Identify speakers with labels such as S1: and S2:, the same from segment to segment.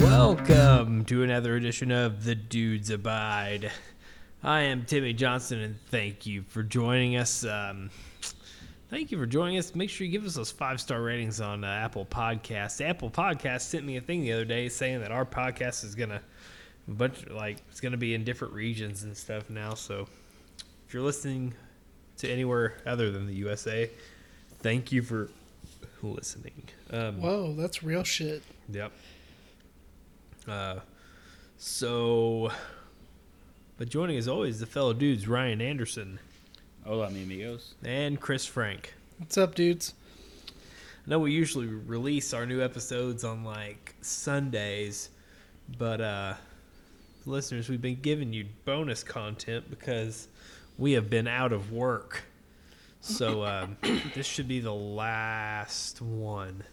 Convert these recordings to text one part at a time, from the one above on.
S1: Welcome to another edition of The Dudes Abide. I am Timmy Johnson, and thank you for joining us. Um, thank you for joining us. Make sure you give us those five star ratings on uh, Apple Podcasts. Apple Podcasts sent me a thing the other day saying that our podcast is gonna, but like it's gonna be in different regions and stuff now. So if you're listening to anywhere other than the USA, thank you for listening. Um,
S2: Whoa, that's real shit.
S1: Yep. Uh, so, but joining as always the fellow dudes Ryan Anderson
S3: Hola, mi amigos.
S1: and Chris Frank.
S2: What's up, dudes?
S1: I know we usually release our new episodes on like Sundays, but uh, listeners, we've been giving you bonus content because we have been out of work. So um, this should be the last one.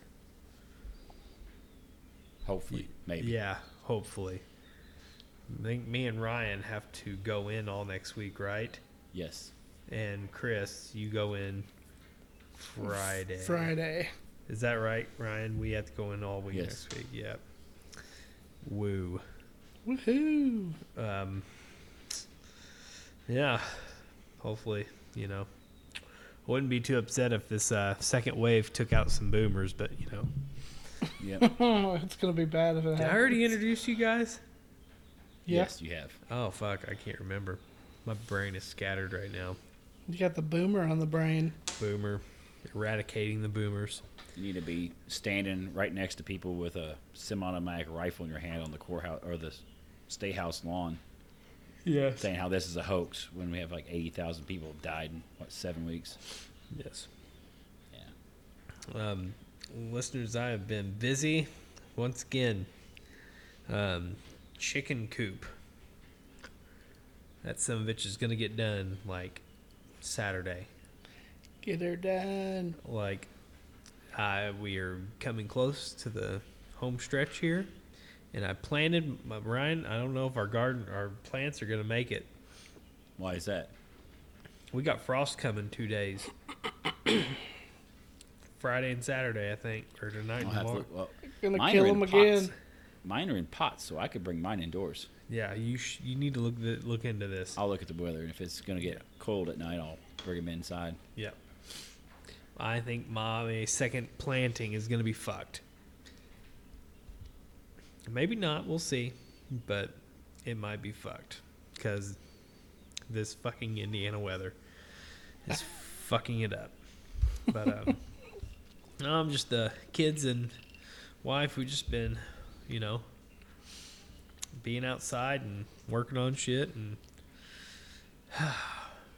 S3: Hopefully, maybe.
S1: Yeah, hopefully. I think me and Ryan have to go in all next week, right?
S3: Yes.
S1: And Chris, you go in Friday.
S2: Friday.
S1: Is that right, Ryan? We have to go in all week
S3: Yes.
S1: next week. Yep. Woo.
S2: Woohoo.
S1: Um, yeah. Hopefully, you know. Wouldn't be too upset if this uh, second wave took out some boomers, but you know.
S3: Yep.
S2: it's going to be bad if it
S1: Did
S2: happens.
S1: I already introduce you guys?
S2: Yes.
S3: Yes, you have.
S1: Oh fuck, I can't remember. My brain is scattered right now.
S2: You got the boomer on the brain.
S1: Boomer, eradicating the boomers.
S3: You need to be standing right next to people with a semi-automatic rifle in your hand on the courthouse or the state house lawn,
S1: Yes.
S3: saying how this is a hoax when we have like eighty thousand people have died in what seven weeks.
S1: Yes.
S3: Yeah.
S1: Um, listeners, I have been busy once again. Um, chicken coop. That some bitch is gonna get done like Saturday.
S2: Get her done.
S1: Like, I we are coming close to the home stretch here, and I planted my Ryan. I don't know if our garden, our plants are gonna make it.
S3: Why is that?
S1: We got frost coming two days. Friday and Saturday, I think, or tonight and
S3: I'll have to
S1: tomorrow.
S3: look- well,
S2: Gonna
S3: mine
S2: kill
S3: are in
S2: him
S3: pots.
S2: again.
S3: Mine are in pots, so I could bring mine indoors.
S1: Yeah, you sh- you need to look the, look into this.
S3: I'll look at the weather, and if it's gonna get cold at night, I'll bring them inside.
S1: Yep. I think my second planting is going to be fucked. Maybe not. We'll see, but it might be fucked because this fucking Indiana weather is fucking it up. But um, no, I'm just the kids and wife. We've just been, you know, being outside and working on shit and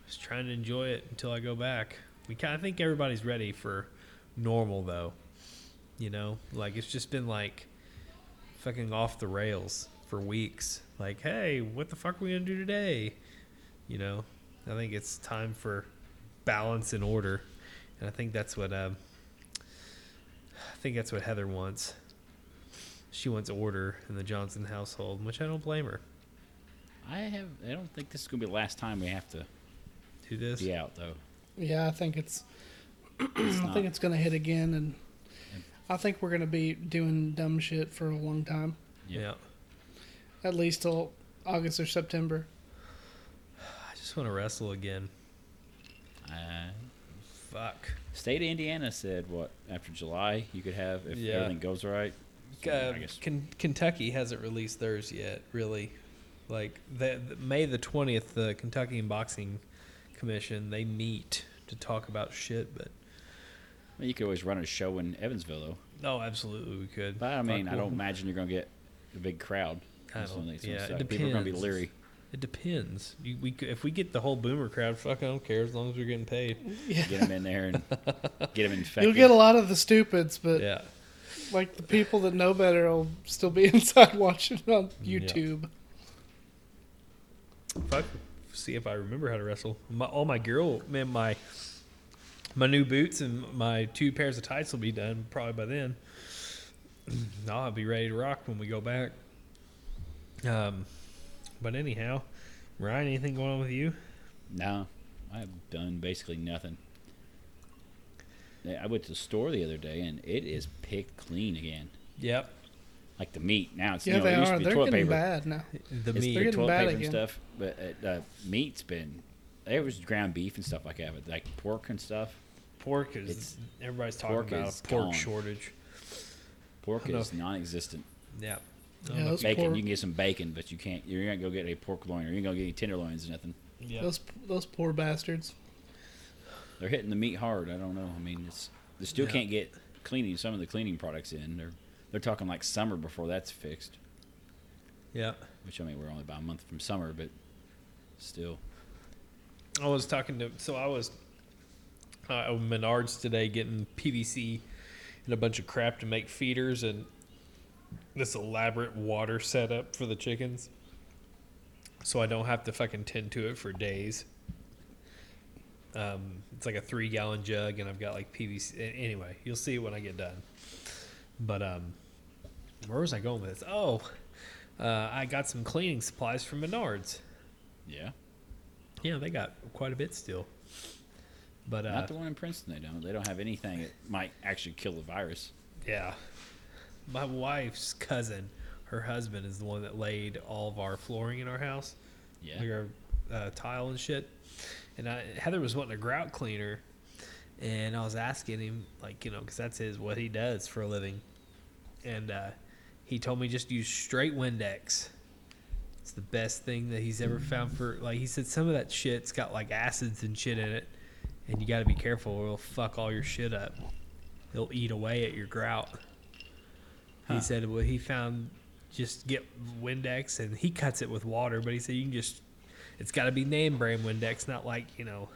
S1: just trying to enjoy it until I go back. We kind of think everybody's ready for normal though. You know, like it's just been like fucking off the rails for weeks. Like, hey, what the fuck are we gonna do today? You know, I think it's time for balance and order, and I think that's what um, I think that's what Heather wants. She wants order in the Johnson household, which I don't blame her.
S3: I have. I don't think this is gonna be the last time we have to
S1: Do this,
S3: be out, though.
S2: Yeah, I think it's.
S3: It's
S2: I
S3: not.
S2: think it's going to hit again, and I think we're going to be doing dumb shit for a long time,
S3: Yeah.
S1: yeah.
S2: at least till August or September.
S1: I just want to wrestle again.
S3: I-
S1: Fuck.
S3: State of Indiana said what after July you could have if
S1: Yeah.
S3: everything goes right. So,
S1: Uh,
S3: I guess
S1: Ken- Kentucky hasn't released theirs yet, really. Like the, the- May the twentieth, the Kentucky Boxing Commission they meet to talk about shit. But
S3: well, you could always run a show in Evansville though.
S1: oh, absolutely, we could.
S3: But I
S1: Fuck,
S3: mean, I
S1: we'll-
S3: don't imagine you're gonna get a big crowd.
S1: I
S3: That's
S1: don't-
S3: one thing that's gonna
S1: yeah, it
S3: suck. People are gonna be
S1: depends.
S3: leery.
S1: It depends. You, we could, if we get the whole boomer crowd, fuck, I don't care as long as we're getting paid.
S2: Yeah.
S3: Get them in there and get them infected.
S2: You'll get a lot of the stupids, but
S1: Yeah,
S2: like the people that know better will still be inside watching it on
S1: Yeah.
S2: YouTube.
S1: fuck. See if I remember how to wrestle. My, all my girl, man, my my new boots and my two pairs of tights will be done probably by then. I'll be ready to rock when we go back. Um, but anyhow, Ryan, anything going on with you?
S3: No, I've done basically nothing. Yeah, I went to the store the other day and it is picked clean again.
S1: Yep.
S3: like the meat. Now it's
S2: Yeah,
S3: you know,
S2: they
S3: it used
S2: are.
S3: to be
S2: They're
S3: toilet
S2: getting
S3: paper.
S2: bad now.
S1: The
S3: It's
S1: meat.
S2: They're
S3: big
S2: getting
S3: toilet
S2: bad
S3: paper and
S2: again.
S3: stuff, but uh, uh, meat's been there was ground beef and stuff like that, but like pork and stuff.
S1: pork is
S3: It's-
S1: everybody's talking
S3: pork
S1: about
S3: is
S1: a pork
S3: gone.
S1: shortage.
S3: Pork
S1: know
S3: is
S1: if-
S3: non-existent.
S1: Yeah.
S2: Yeah, those,
S3: Bacon,
S2: poor,
S3: you can get some bacon, but you can't. You're not gonna go get a pork loin, or you're not gonna get any tenderloins or nothing.
S1: yeah.
S2: those those poor bastards.
S3: They're hitting the meat hard. I don't know. I mean, it's they still
S1: Yeah.
S3: can't get cleaning some of the cleaning products in. They're they're talking like summer before that's fixed.
S1: Yeah.
S3: Which I mean, we're only about a month from summer, but still.
S1: I was talking to so I was uh, at Menards today getting PVC and a bunch of crap to make feeders and this elaborate water setup for the chickens, so I don't have to fucking tend to it for days. Um, it's like a three gallon jug, and I've got like PVC. a- Anyway, you'll see when I get done. But um, where was I going with this? Oh, uh, I got some cleaning supplies from Menards.
S3: Yeah.
S1: Yeah, they got quite a bit still. But uh,
S3: Not the one in Princeton. They don't. They don't have anything that might actually kill the virus.
S1: yeah, my wife's cousin, her husband is the one that laid all of our flooring in our house,
S3: Yeah.
S1: like our uh, tile and shit. And I, Heather was wanting a grout cleaner, and I was asking him, like, you know, because that's his what he does for a living. And uh, he told me just use straight Windex. It's the best thing that he's ever found for. Like he said, some of that shit's got like acids and shit in it, and you got to be careful, or it'll fuck all your shit up. It'll eat away at your grout. He said what he found. Just get Windex, and he cuts it with water. But he said you can just. It's got to be name brand Windex, not like you know,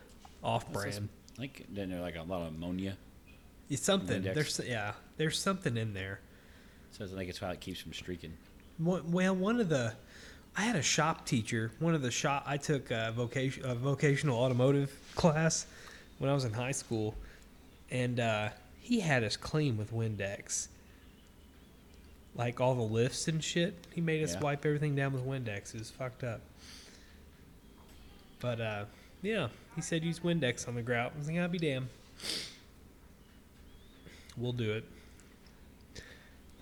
S1: off brand.
S3: Like then they're like a lot of ammonia.
S1: It's something.
S3: Windex.
S1: There's yeah. There's something in there.
S3: So I think it's how it keeps from streaking.
S1: One- Well, one of the, I had a shop teacher. One of the shop I took a vocation a vocational automotive class when I was in high school, and uh, he had us clean with Windex. Like all the lifts and shit, he made us
S3: Yeah.
S1: wipe everything down with Windex. It was fucked up. But uh, yeah, he said use Windex on the grout. I was like, I'll be damned. We'll do it.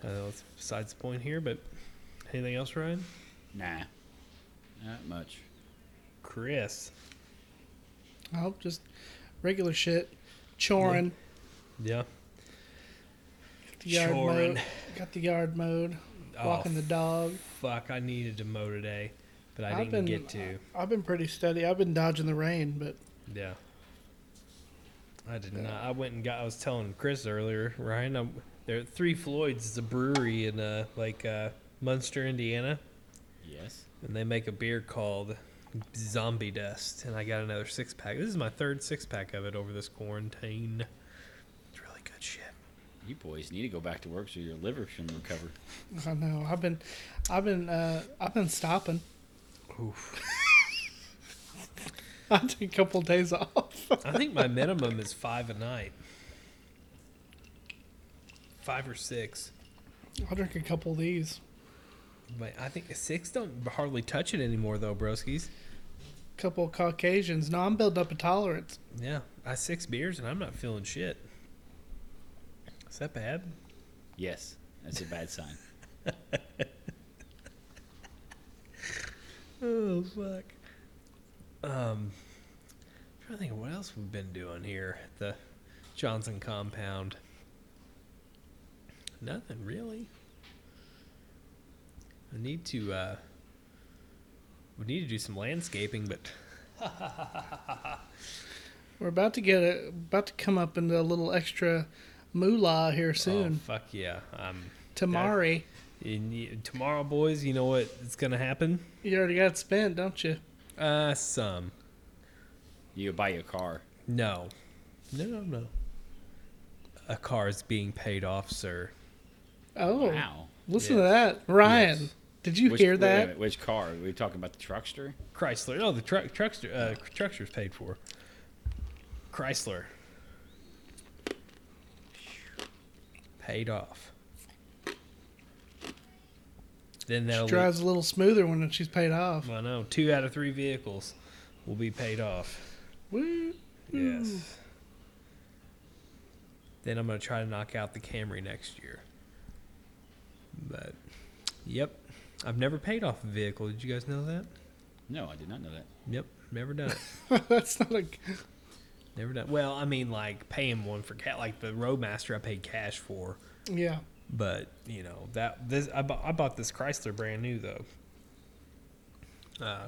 S1: I know it's besides the point here, but anything else, Ryan?
S3: Nah. Not much.
S1: Chris.
S2: Oh, just regular shit. Chorin.
S1: Yeah.
S2: Got the yard
S1: Chorin.
S2: mowed. Got the yard mowed.
S1: Oh.
S2: Walking the dog.
S1: fuck. I needed to mow today, but I
S2: I've
S1: didn't
S2: been-
S1: get to.
S2: I've been pretty steady. I've been dodging the rain, but
S1: Yeah. I did not. I went and got. I was telling Chris earlier, Ryan. i there, Three Floyds is a brewery in uh, like uh, Munster, Indiana,
S3: Yes.
S1: and they make a beer called Zombie Dust. And I got another six pack. This is my third six pack of it over this quarantine. It's really good shit.
S3: You boys need to go back to work so your liver can recover.
S2: I know I've been, I've been, uh, I've been stopping.
S1: Oof.
S2: I took a couple days off.
S1: I think my minimum is five a night. Five or six.
S2: I'll drink a couple of these.
S1: But I think six don't hardly touch it anymore, though, broskies.
S2: Couple of Caucasians. No, I'm building up a tolerance.
S1: Yeah, I had six beers and I'm not feeling shit. Is that bad?
S3: Yes. That's a bad sign.
S1: Oh fuck. Um, trying to think of what else we've been doing here at the Johnson compound. Nothing really. I need to. uh We need to do some landscaping, but
S2: We're about to get a, about to come up into a little extra moolah here
S1: oh
S2: soon.
S1: fuck yeah! Um,
S2: Tamari,
S1: and y- tomorrow, boys, you know what? It's gonna happen.
S2: you already got it spent, don't you?
S1: Uh, some.
S3: You buy your car.
S1: No. No, no, no. A car is being paid off, sir.
S2: Oh,
S3: Wow.
S2: listen to that, Ryan.
S1: Yes.
S2: Did you hear
S3: wait a
S2: that?
S3: minute, which car? Are we talking about the truckster?
S1: Chrysler. No, the truck truckster uh, truckster's paid for. Chrysler. Paid off. Then
S2: She
S1: that'll
S2: drives a little smoother when she's paid off.
S1: I know two out of three vehicles will be paid off.
S2: Woo. Hmm.
S1: Yes. Then I'm gonna try to knock out the Camry next year. But Yep. I've never paid off a vehicle. Did you guys know that?
S3: No, I did not know that.
S1: Yep. Never done it.
S2: That's not a.
S1: never done. Well, I mean, like paying one for cat, like the Roadmaster, I paid cash for.
S2: Yeah.
S1: But you know that this I, bu- I bought this Chrysler brand new though. Uh,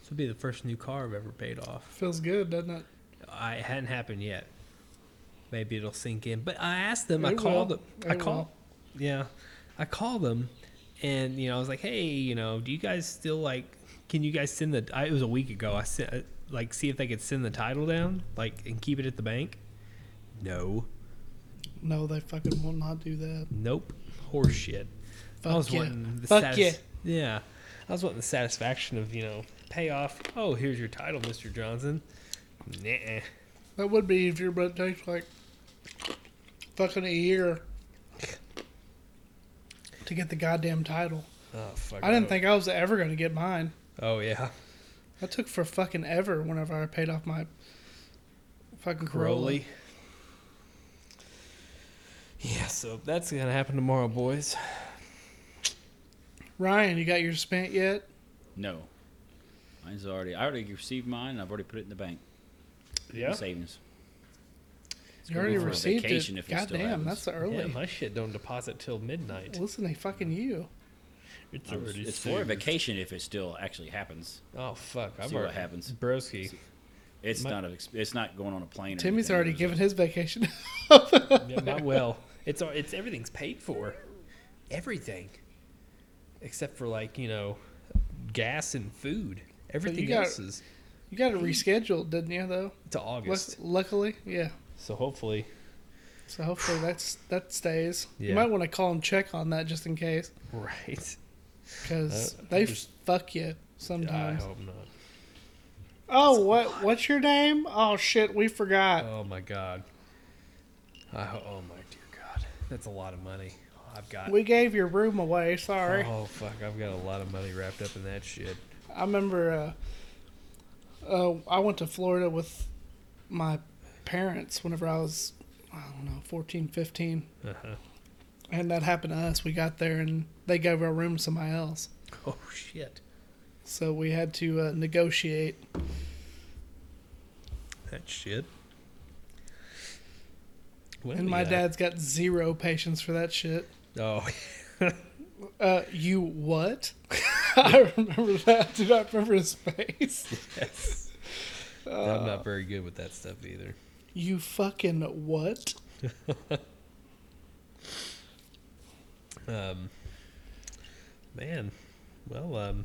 S1: this would be the first new car I've ever paid off.
S2: Feels good, doesn't it?
S1: I it hadn't happened yet. Maybe it'll sink in. But I asked them. I
S2: It
S1: called
S2: will.
S1: them. I
S2: It
S1: called. Yeah, I called them, and you know I was like, hey, you know, do you guys still like? Can you guys send the? I, it was a week ago. I sent uh, like see if they could send the title down like and keep it at the bank. No.
S2: No, they fucking will not do that.
S1: Nope. Horse shit. I
S2: Fuck
S1: was
S2: yeah.
S1: wanting the
S2: Fuck
S1: satis-
S2: yeah.
S1: Yeah. I was wanting the satisfaction of, you know, payoff. Oh, here's your title, Mr. Johnson. Nah.
S2: That would be if your butt takes like fucking a year to get the goddamn title.
S1: Oh, fuck.
S2: I didn't
S1: no.
S2: think I was ever going to get mine.
S1: Oh, yeah.
S2: That took for fucking ever whenever I paid off my fucking Corolla.
S1: Crowley. Yeah, so that's going to happen tomorrow, boys.
S2: Ryan, you got your spent yet?
S3: No. Mine's already. I already received mine. and I've already put it in the bank. in Savings.
S2: You
S3: gonna
S2: already
S3: be for a
S2: received
S3: vacation
S2: it.
S3: if it still
S2: Goddamn,
S3: happens.
S2: that's early.
S1: Yeah, my shit don't deposit till midnight.
S2: Listen to fucking you.
S1: It's
S3: I was- it's for a vacation if it still actually happens.
S1: Oh, fuck. I've
S3: See what
S1: already-
S3: happens.
S1: Broski.
S3: It's
S1: My-
S3: not. A, it's not going on a plane. Or
S2: Timmy's
S3: anything.
S2: already given his vacation.
S1: Yeah, my well, it's all- it's everything's paid for, everything, except for like you know, gas and food. Everything
S2: got-
S1: else is
S2: you got it rescheduled, didn't you? Though,
S1: to
S2: Luck
S1: August.
S2: luckily, yeah.
S1: So hopefully,
S2: So hopefully that's that stays.
S1: Yeah.
S2: You might want to call and check on that just in case,
S1: right?
S2: because
S1: Uh,
S2: they
S1: just-
S2: fuck you
S1: I
S2: sometimes.
S1: hope not.
S2: Oh, what? What's your name? Oh shit, we forgot.
S1: Oh my god. I ho- oh my dear god, that's a lot of money. I've got.
S2: we gave your room away. Sorry.
S1: Oh fuck, I've got a lot of money wrapped up in that shit.
S2: I remember. Uh, uh, I went to Florida with my parents whenever I was, I don't know, 14, 15.
S1: Uh-huh.
S2: and that happened to us. We got there and they gave our room to somebody else.
S1: Oh shit.
S2: So we had to uh, negotiate.
S1: That shit. Well,
S2: And my
S1: yeah.
S2: dad's got zero patience for that shit.
S1: Oh.
S2: Uh, you what? I remember that. Do not remember his face.
S1: yes.
S2: Uh,
S1: I'm not very good with that stuff either.
S2: You fucking what?
S1: Um, man, well, um,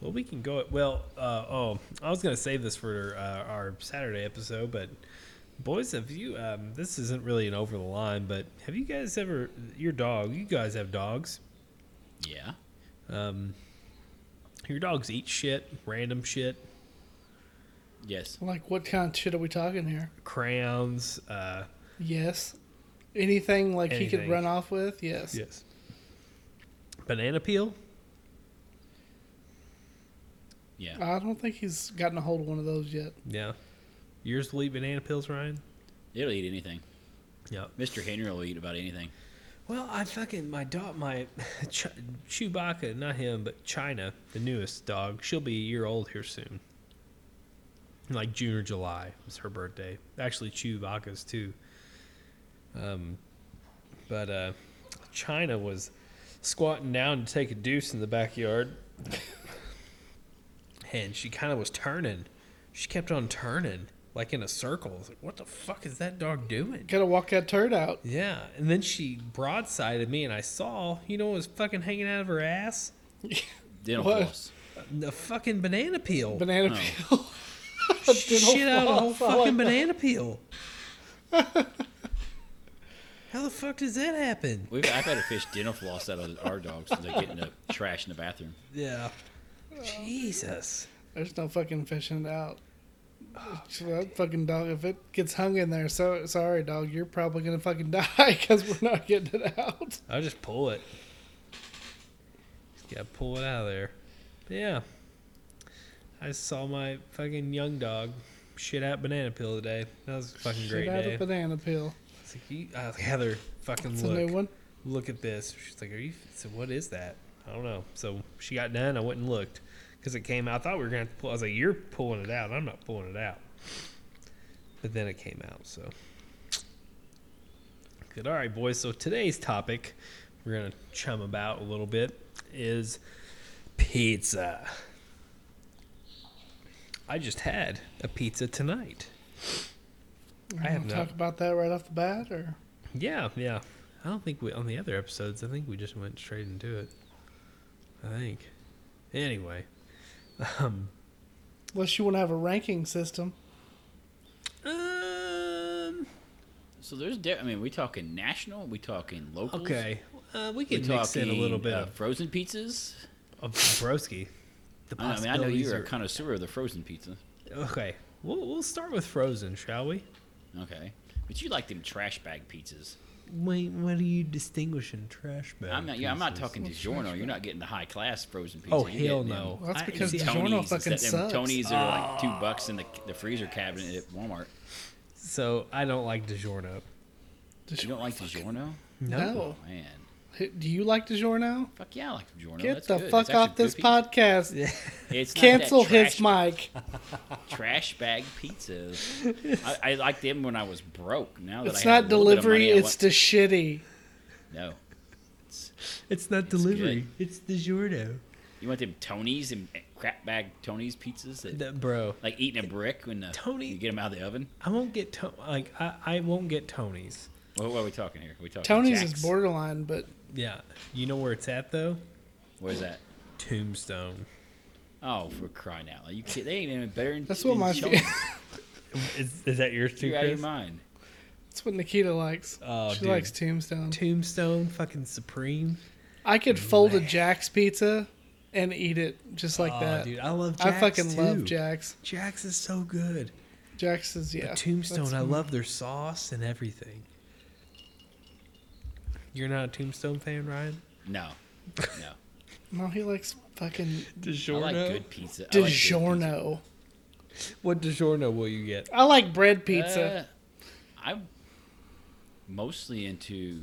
S1: well, we can go. Well, uh, oh, I was gonna save this for uh, our Saturday episode, but boys, have you? Um, this isn't really an over the line, but have you guys ever your dog? You guys have dogs.
S3: Yeah.
S1: Um, your dogs eat shit, random shit,
S3: Yes.
S2: Like, what kind of shit are we talking here?
S1: crayons. Uh,
S2: Yes. Anything like he could
S1: Anything.
S2: run off with? Yes.
S1: yes. Banana peel.
S3: Yeah.
S2: I don't think he's gotten a hold of one of those yet.
S1: Yeah. Yours will eat banana peels, Ryan.
S3: It'll eat anything.
S1: Yeah.
S3: Mr. Henry will eat about anything.
S1: Well, I fucking my dog, my Ch- Chewbacca, not him, but China, the newest dog. She'll be a year old here soon. In like June or July is her birthday. Actually, Chewbacca's too. Um, but uh, China was squatting down to take a deuce in the backyard, and she kind of was turning. She kept on turning like in a circle. I was like, what the fuck is that dog doing?
S2: Gotta walk that turd out.
S1: Yeah, and then she broadsided me, and I saw, you know, what was fucking hanging out of her ass
S3: Dental
S2: What?
S3: floss.
S1: a fucking banana peel.
S2: Banana
S3: Oh.
S2: peel. dental
S1: Shit out of a whole
S2: floss, I like
S1: fucking
S2: that.
S1: banana peel. How the fuck does that happen?
S3: We've I've had to fish dental floss out of our dogs since they get in the trash in the bathroom.
S1: Yeah. Jesus.
S2: There's no fucking fishing it out. So that fucking dog, if it gets hung in there, so sorry, dog, you're probably gonna fucking die because we're not getting it out.
S1: I'll just pull it. Just gotta pull it out of there. But yeah. I saw my fucking young dog shit out banana peel today. That was a fucking great
S2: Shit out
S1: day.
S2: of banana peel.
S1: It's like, you- uh, Heather, fucking
S2: It's
S1: look.
S2: a new one.
S1: look at this. She's like, are you? So what is that? I don't know. So she got done. I went and looked because it came out. I thought we were gonna have to pull. I was like, you're pulling it out. I'm not pulling it out. But then it came out. So good. All right, boys. So today's topic we're gonna chum about a little bit is pizza. I just had a pizza tonight.
S2: I
S1: have
S2: have to
S1: not.
S2: talk about that right off the bat, or
S1: Yeah, yeah. I don't think we on the other episodes. I think we just went straight into it. I think. Anyway, um,
S2: unless you want to have a ranking system.
S1: um
S3: So there's, di- I mean, we talking national, we talking local.
S1: okay. Uh, we
S3: we
S1: can mix in a little
S3: talking,
S1: bit
S3: uh,
S1: of,
S3: frozen pizzas.
S1: of broski. The
S3: I, mean, I know
S1: possibilities
S3: you're a
S1: are-
S3: connoisseur of the frozen pizza.
S1: okay. We'll we'll start with frozen, shall we?
S3: Okay, but you like them trash bag pizzas.
S1: Wait, what are you distinguishing trash bag?
S3: I'm not. Yeah, I'm not talking
S2: Well,
S3: DiGiorno.
S2: trash
S3: You're not getting the high class frozen pizza.
S1: Oh
S3: You're
S1: hell
S3: getting
S1: no!
S2: Well, that's
S1: I-
S2: because
S1: see,
S3: them
S2: DiGiorno
S3: Tony's
S2: fucking
S3: instead- them
S2: sucks.
S3: Tony's are like
S1: Ah.
S3: two bucks in the the freezer cabinet at Walmart.
S1: so I don't like DiGiorno.
S2: Just-
S3: You don't like DiGiorno?
S2: No.
S3: Oh, man,
S2: Do you like DiGiorno?
S3: fuck yeah, I like DiGiorno.
S2: Get
S3: That's
S2: the
S3: good. It's
S2: fuck
S3: actually
S2: off
S3: good
S2: this
S3: pizza.
S2: podcast.
S3: It's not that
S2: Cancel his
S3: trash-
S2: mic.
S3: trash bag pizzas. I, I liked them when I was broke. Now that
S2: It's
S3: I have
S2: not
S3: a little bit of
S2: delivery,
S3: money, I
S2: it's the shitty.
S3: want- no.
S1: It's not delivery. It's DiGiorno.
S3: You want them Tonys and crap bag Tonys pizzas that
S1: That, bro,
S3: like eating a brick when the,
S1: Tony-
S3: you get them out of the oven.
S1: I won't get to- like I, I won't get Tony's.
S3: What, what are we talking here? Are we talking
S2: Tony's
S3: Jack's?
S2: is borderline, but
S1: Yeah, you know where it's at though.
S3: Where's that?
S1: Tombstone.
S3: Oh, for crying out loud! You kid, they ain't even better than
S2: that's what
S3: than
S2: my
S3: Tony's.
S1: Is, is that yours too,
S3: You're out of your
S1: Chris?
S3: mind.
S2: that's what Nikita likes.
S1: Oh,
S2: she
S1: dude.
S2: likes Tombstone.
S1: Tombstone, fucking supreme.
S2: I could fold a Jack's pizza and eat it just like
S1: oh,
S2: that.
S1: dude, I love.
S2: I
S1: Jax
S2: fucking love
S1: too.
S2: Jack's.
S1: Jax is so good.
S2: Jack's is yeah.
S1: But Tombstone,
S2: that's-
S1: I love their sauce and everything. You're not a Tombstone fan, Ryan?
S3: No, no.
S2: No, he likes fucking
S3: I
S1: DiGiorno.
S3: like good pizza. I like good pizza.
S2: DiGiorno.
S1: What DiGiorno will you get?
S2: I like bread pizza.
S3: Uh, I'm mostly into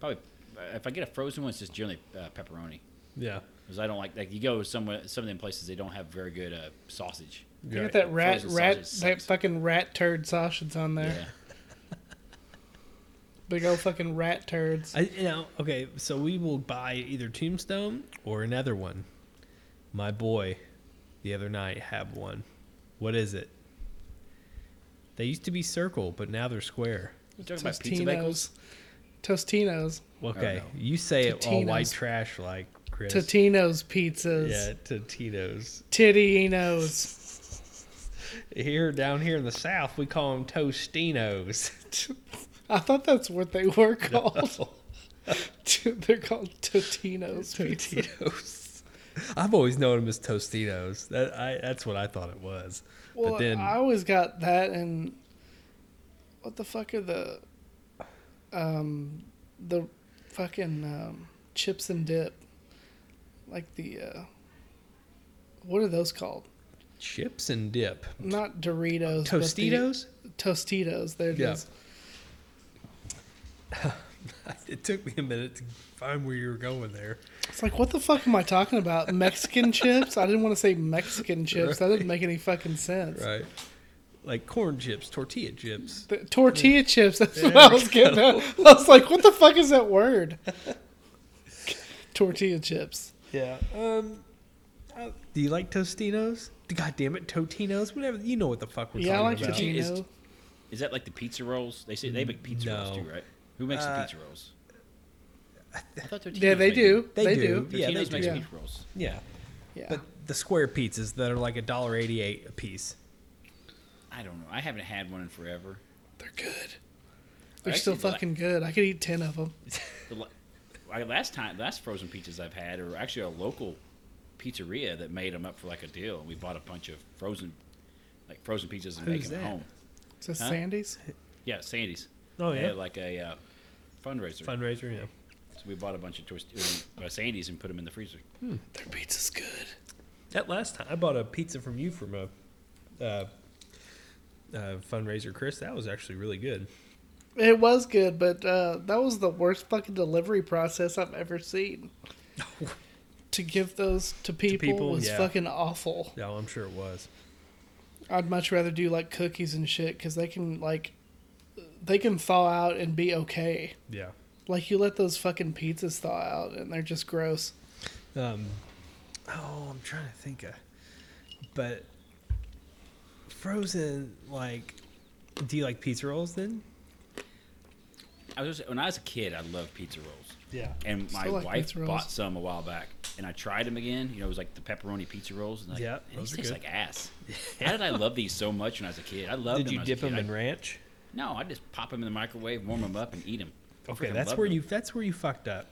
S3: probably uh, if I get a frozen one, it's just generally uh, pepperoni
S1: Yeah.
S3: because I don't like like you go somewhere some of them places they don't have very good uh, sausage.
S2: you
S1: Yeah.
S2: got that rat,
S3: Frozen
S2: rat,
S3: sausage
S2: that
S3: sucks.
S2: fucking rat turd sausage on there.
S3: Yeah,
S2: Big old fucking rat turds.
S1: I, you know, okay, so we will buy either Tombstone or another one. My boy, the other night, had one. What is it? They used to be circle, but now they're square.
S3: you talking about pizza bagels?
S2: Tostinos. Tostinos.
S1: Okay,
S3: no.
S1: you say it all white
S2: Totino's.
S1: trash like Chris.
S2: Totino's
S1: yeah,
S2: pizzas.
S1: Totino's.
S2: Tittinos.
S1: Here, down here in the South, we call them Tostinos.
S2: I thought that's what they were called. They're called Totino's pizza.
S1: Tostinos. I've always known them as Tostinos. That I, that's what I thought it was.
S2: Well,
S1: but then,
S2: I always got that and what the fuck are the um the fucking um, chips and dip like the uh what are those called?
S1: chips and dip.
S2: Not Doritos. but the-
S1: Tostitos?
S2: Tostitos. There it
S1: Yeah.
S2: is.
S1: It took me a minute to find where you were going there.
S2: It's like what the fuck am I talking about? Mexican chips? I didn't want to say Mexican chips. That didn't make any fucking sense.
S1: Right. Like corn chips, tortilla chips.
S2: The tortilla chips. That's what I was getting at. I was like, what the fuck is that word? tortilla chips.
S1: Yeah. Um. uh, do you like Tostinos? God damn it, Totinos. Whatever. You know what the fuck we're
S2: yeah, I
S1: talking
S2: like
S1: about.
S3: Totino.
S2: Totino.
S3: Uh, Is- Is that like the pizza rolls? They say they make pizza rolls too,
S1: No.
S3: right? Who makes the
S1: Uh,
S3: pizza rolls? I thought Totino's
S2: Yeah, they
S3: made
S2: do.
S1: They
S2: They,
S1: do.
S2: do.
S3: them.
S1: Yeah, they
S3: Totino's
S1: do.
S3: makes
S2: Yeah.
S3: pizza rolls.
S1: Yeah.
S2: Yeah.
S1: But the square pizzas that are like a dollar eighty-eight a piece.
S3: I don't know. I haven't had one in forever.
S2: they're good. They're
S3: I
S2: still
S3: actually like-
S2: fucking good. I could eat 10 of them.
S3: The la- like, last time, last frozen pizzas I've had are actually a local pizzeria that made them up for like a deal, and we bought a bunch of frozen, like frozen pizzas and make
S1: Who's
S3: them at
S1: that?
S3: home.
S2: Is this
S3: Huh?
S2: Sandy's?
S3: Yeah, Sandy's.
S1: Oh
S3: They had like a uh, fundraiser.
S1: Fundraiser. Yeah.
S3: So we bought a bunch of twist, uh, Sandy's and put them in the freezer.
S2: Their pizza's good.
S1: That last time I bought a pizza from you from a uh, uh, fundraiser, Chris. That was actually really good.
S2: It was good, but uh, that was the worst fucking delivery process I've ever seen. to give those to people,
S1: people,
S2: was
S1: yeah.
S2: fucking awful.
S1: No, I'm sure it was.
S2: I'd much rather do like cookies and shit because they can like they can thaw out and be okay.
S1: Yeah.
S2: Like you let those fucking pizzas thaw out and they're just gross.
S1: Um, oh, I'm trying to think of. But Frozen, like, do you like pizza rolls then?
S3: I was just, when I was a kid, I loved pizza rolls.
S1: Yeah.
S3: And my
S2: Still like
S3: wife
S2: pizza rolls.
S3: bought some a while back, and I tried them again. You know, it was like the pepperoni pizza rolls. And like,
S1: Yeah,
S3: "Man,
S1: those
S3: these
S1: are good."
S3: taste like ass. How did I love these so much when I was a kid? I loved
S1: Did
S3: them.
S1: you
S3: when I was a
S1: dip them
S3: kid.
S1: in
S3: I-
S1: ranch?
S3: No, I just pop them in the microwave, warm them up, and eat them.
S1: Okay, that's where you that's where you fucked up.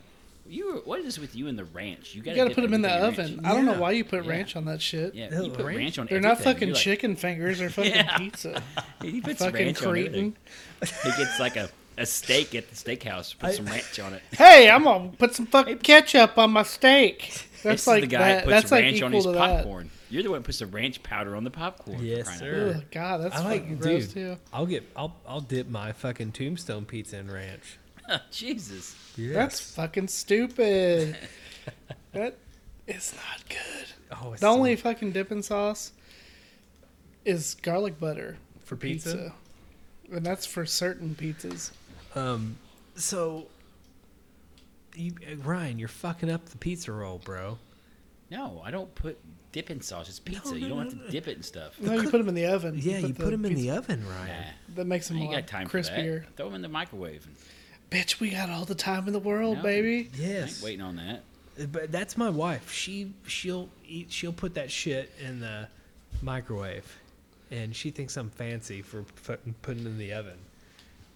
S3: You were, what is this with you and the ranch? You
S2: You
S3: gotta,
S2: gotta
S3: dip
S2: put them in the
S3: everything
S2: oven. I don't
S1: Yeah.
S2: know why you put
S3: Yeah.
S2: ranch on that shit.
S3: Yeah,
S1: Hell,
S3: you put
S1: ranch?
S3: ranch, on.
S2: They're not
S3: everything.
S2: fucking
S3: You're like-
S2: chicken fingers. They're fucking
S3: Yeah.
S2: pizza.
S3: He puts
S2: fucking
S3: ranch on
S2: cretin.
S3: everything. He gets like a, a steak at the steakhouse, put
S1: I-
S3: some ranch on it.
S2: Hey, I'm gonna put some fucking ketchup on my steak. That's
S3: This
S2: like
S3: is the guy
S2: that.
S3: that
S2: That's
S3: puts
S2: like
S3: ranch
S2: equal
S3: on his
S2: to
S3: popcorn. You're the one who puts the ranch powder on the popcorn. for
S1: Yes,
S3: crying out
S1: sir.
S2: that.
S3: loud.
S2: Ugh, God, that's
S1: I like
S2: fucking
S1: dude.
S2: gross too.
S1: I'll get I'll I'll dip my fucking tombstone pizza in ranch.
S3: Jesus.
S1: Yes.
S2: That's fucking stupid. that is not good.
S1: oh, it's
S2: The only
S1: so-
S2: fucking dipping sauce is garlic butter
S1: for pizza.
S2: and that's for certain pizzas.
S1: Um, so you, uh, Ryan, you're fucking up the pizza roll, bro.
S3: No, I don't put dipping sauce. It's pizza.
S1: no,
S3: you don't
S1: no,
S3: have to dip it and stuff.
S2: No, you put them in the oven.
S1: Yeah, you put them in the oven,
S3: Nah,
S1: Ryan.
S2: That makes them
S3: I
S2: a
S3: ain't
S2: lot
S3: got time
S2: crispier.
S3: for that. Throw them in the microwave. And,
S2: Bitch, we got all the time in the world,
S3: No.
S2: Oh, baby.
S3: I ain't
S1: Yes.
S3: waiting on that.
S1: But that's my wife. She she'll eat. She'll put that shit in the microwave, and she thinks I'm fancy for fucking putting it in the oven.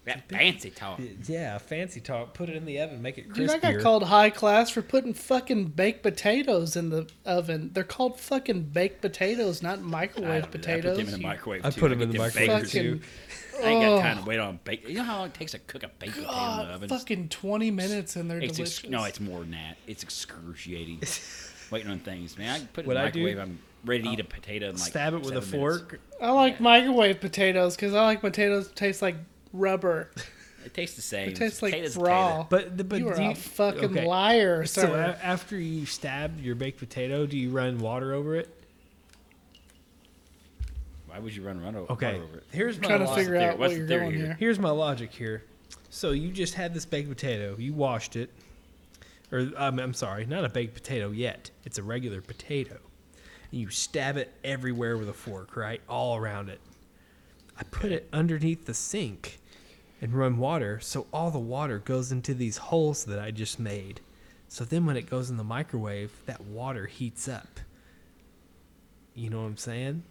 S3: That fancy talk.
S1: Yeah, fancy talk. Put it in the oven. Make it crispier.
S2: Dude, I got called high class for putting fucking baked potatoes in the oven. They're called fucking baked potatoes, not
S3: I, I
S2: microwave
S3: put
S2: potatoes.
S3: them in the
S2: you
S3: microwave.
S1: I
S3: too.
S1: put 'em
S3: get
S1: in the
S3: them
S1: microwave,
S3: bakers.
S1: too.
S2: Fucking
S3: I ain't got
S2: Oh.
S3: time to wait on bacon. You know how long it takes to cook a bacon potato in the
S2: God,
S3: oven? It's
S2: fucking twenty minutes and they're
S3: It's
S2: delicious.
S3: ex- no, it's more than that. It's excruciating. Waiting on things, man. I can put it in
S1: What
S3: the
S1: I do- Uh,
S3: microwave. I'm ready to eat a potato. In like
S1: Stab it with a
S3: seven minutes.
S1: fork.
S2: I like microwave potatoes because I like potatoes that taste like rubber.
S3: It tastes the same.
S2: It tastes like
S3: Potato's a
S2: raw.
S3: potato.
S1: But the- but
S2: you are
S1: do
S2: a fucking
S1: okay.
S2: liar,
S1: So uh, a-
S2: sir.
S1: after you stab your baked potato, do you run water over it?
S3: Why would you run run over?
S1: Okay.
S3: run over it?
S1: Here's my
S2: trying to
S1: logic.
S2: figure
S3: theory?
S2: out
S3: What's
S2: where
S3: the
S2: you're
S3: theory
S2: going
S3: here?
S2: here.
S1: Here's my logic here. So you just had this baked potato. You washed it, or um, I'm sorry, not a baked potato yet. It's a regular potato. And you stab it everywhere with a fork, right, all around it. I put it underneath the sink and run water, so all the water goes into these holes that I just made. So then when it goes in the microwave, that water heats up. You know what I'm saying?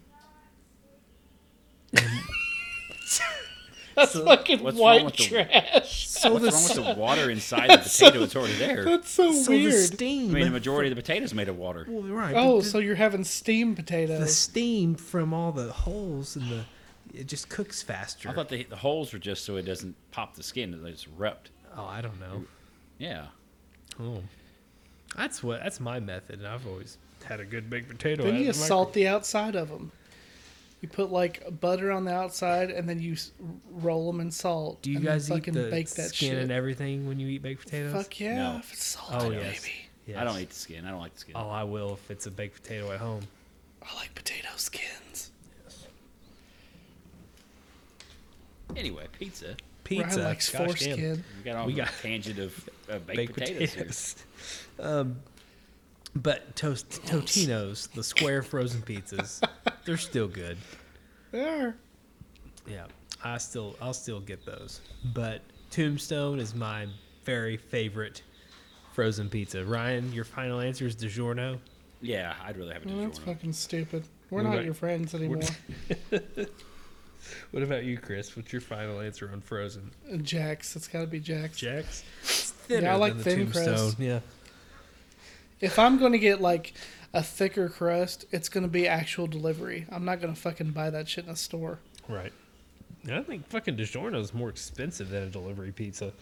S2: That's fucking
S3: what's wrong
S2: white
S3: with the-
S2: trash.
S1: So the
S3: What's wrong with the water inside the potato? It's already there.
S2: That's so,
S1: so
S2: weird.
S1: the
S3: I
S1: steam.
S3: mean, the majority of the potato's made of water.
S1: well, right.
S2: oh,
S1: but the-
S2: so you're having steamed
S1: the
S2: potatoes?
S1: steam from all the holes and the it just cooks faster.
S3: I thought the, the holes were just so it doesn't pop the skin; that it's rubbed.
S1: oh, I don't know.
S3: Yeah.
S1: Oh, that's what that's my method, and I've always had a good baked potato.
S2: Then
S1: out
S2: you
S1: of the
S2: salt the outside of them. You put like butter on the outside, and then you s- roll them in salt.
S1: microwave. Do you
S2: and then
S1: guys eat
S2: fucking
S1: the
S2: bake that
S1: skin
S2: shit.
S1: and everything when you eat baked potatoes?
S2: Fuck yeah,
S3: No.
S2: if it's salted,
S1: Oh
S2: baby.
S1: yes. Yes.
S3: I don't eat the skin. I don't like the skin.
S1: Oh, I will if it's a baked potato at home.
S2: I like potato skins.
S3: Anyway, pizza.
S1: Pizza.
S2: Ryan likes
S1: gosh damn.
S2: foreskin.
S3: We got on
S1: We
S3: the
S1: got-
S3: tangent of, of baked,
S1: baked
S3: potatoes.
S1: potatoes.
S3: here.
S1: um, but toast Totino's, the square frozen pizzas, they're still good.
S2: There.
S1: Yeah, I still I'll still get those. But Tombstone is my very favorite frozen pizza. Ryan, your final answer is DiGiorno.
S3: Yeah, I'd really have a
S2: Well, Oh, that's
S3: DiGiorno.
S2: fucking stupid. We're
S1: What
S2: not
S1: about-
S2: your friends anymore.
S1: What about you, Chris? What's your final answer on frozen?
S2: Uh, Jax. It's got to be Jax.
S1: Jack's It's thinner
S2: Yeah, I like
S1: than the
S2: thin crust.
S1: Tombstone. Yeah.
S2: If I'm going to get like a thicker crust, it's going to be actual delivery. I'm not going to fucking buy that shit in a store.
S1: Right. I think fucking DiGiorno is more expensive than a delivery pizza.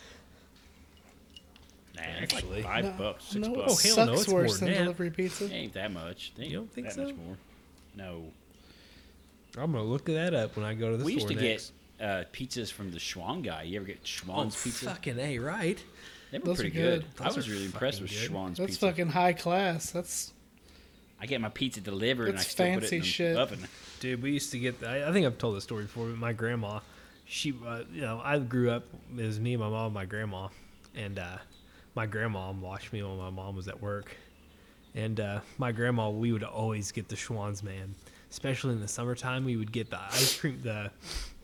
S3: Nah, it's like
S1: Actually.
S3: five
S2: No,
S3: bucks, six
S2: no, Oh.
S3: bucks.
S1: Oh,
S2: It
S1: hell no,
S2: sucks
S1: it's more
S2: worse
S1: than
S2: than
S1: that.
S2: delivery pizza.
S3: It ain't that much. It ain't
S1: You don't think
S3: that
S1: so?
S3: much more. No.
S1: I'm gonna look that up when I go to the
S3: we used
S1: store
S3: to
S1: next. Oh,
S3: get uh, pizzas from the Schwan guy. You ever get Schwan's pizza?
S1: Fucking a right.
S3: They were
S2: Oh, Those
S3: pretty
S2: are good.
S3: good. I
S1: Those
S3: was
S1: are
S3: really impressed
S1: fucking
S3: with
S1: good.
S3: Schwan's
S2: That's
S3: pizza.
S2: fucking high class. That's
S3: I get my pizza delivered and I
S2: That's
S3: still put it
S2: fancy
S3: in the
S2: shit.
S3: oven.
S1: Dude, we used to get. I, I think I've told this story before, but my grandma, she, uh, you know, I grew up. It was me, my mom, and my grandma, and uh, my grandma watched me while my mom was at work, and uh, my grandma. We would always get the Schwans, man. Especially in the summertime, we would get the ice cream, the,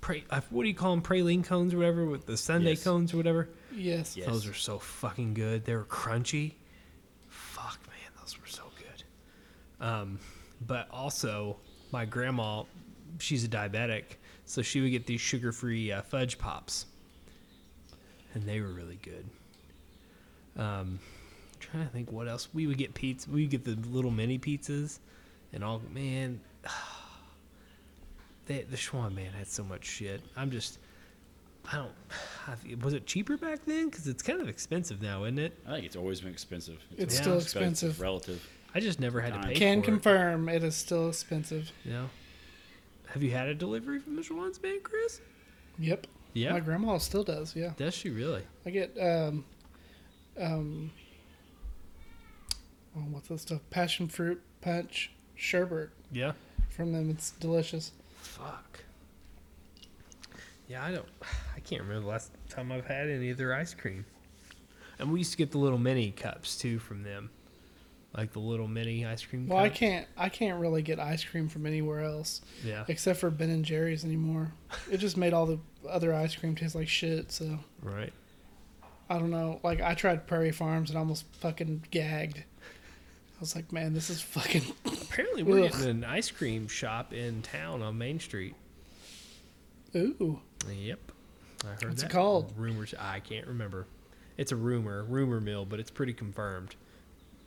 S1: pra- uh, what do you call them, praline cones or whatever, with the Sunday
S3: Yes.
S1: cones or whatever.
S2: yes.
S3: Yeah.
S1: Those
S3: Yes.
S1: are so fucking good. They were crunchy. Fuck, man, those were so good. Um, but also, my grandma, she's a diabetic, so she would get these sugar-free uh, fudge pops, and they were really good. Um, trying to think what else we would get pizza. We would get the little mini pizzas, and all man. They, the Schwan man had so much shit. I'm just, I don't. I, th- was it cheaper back then? Because it's kind of expensive now, isn't it?
S3: I think it's always been expensive.
S2: It's
S3: always
S1: still
S2: expensive.
S3: Relative.
S1: I just never had to
S3: Time.
S1: pay.
S2: Can
S1: for
S2: confirm it is still expensive.
S1: It, you know? Have you had a delivery from the Schwan's man, Chris?
S2: Yep.
S1: Yeah.
S2: My grandma still does. Yeah.
S1: Does she really?
S2: I get um, um, oh, what's that stuff? Passion fruit punch sherbet
S1: Yeah.
S2: from them. It's delicious.
S1: Fuck. Yeah, I don't. I can't remember the last time I've had any of their ice cream. And we used to get the little mini cups too from them, like the little mini ice cream.
S2: Well, I
S1: cups.
S2: can't. I can't really get ice cream from anywhere else
S1: Yeah.
S2: except for Ben and Jerry's anymore. It just made all the other ice cream taste like shit. So
S1: Right.
S2: I don't know. Like I tried Prairie Farms and almost fucking gagged. I was like, man, this is fucking.
S1: Apparently, we're
S2: Ugh.
S1: getting an ice cream shop in town on Main Street.
S2: Ooh,
S1: Yep. I heard
S2: What's it
S1: that.
S2: called?
S1: Rumors. I can't remember. It's a rumor, rumor mill, but it's pretty confirmed.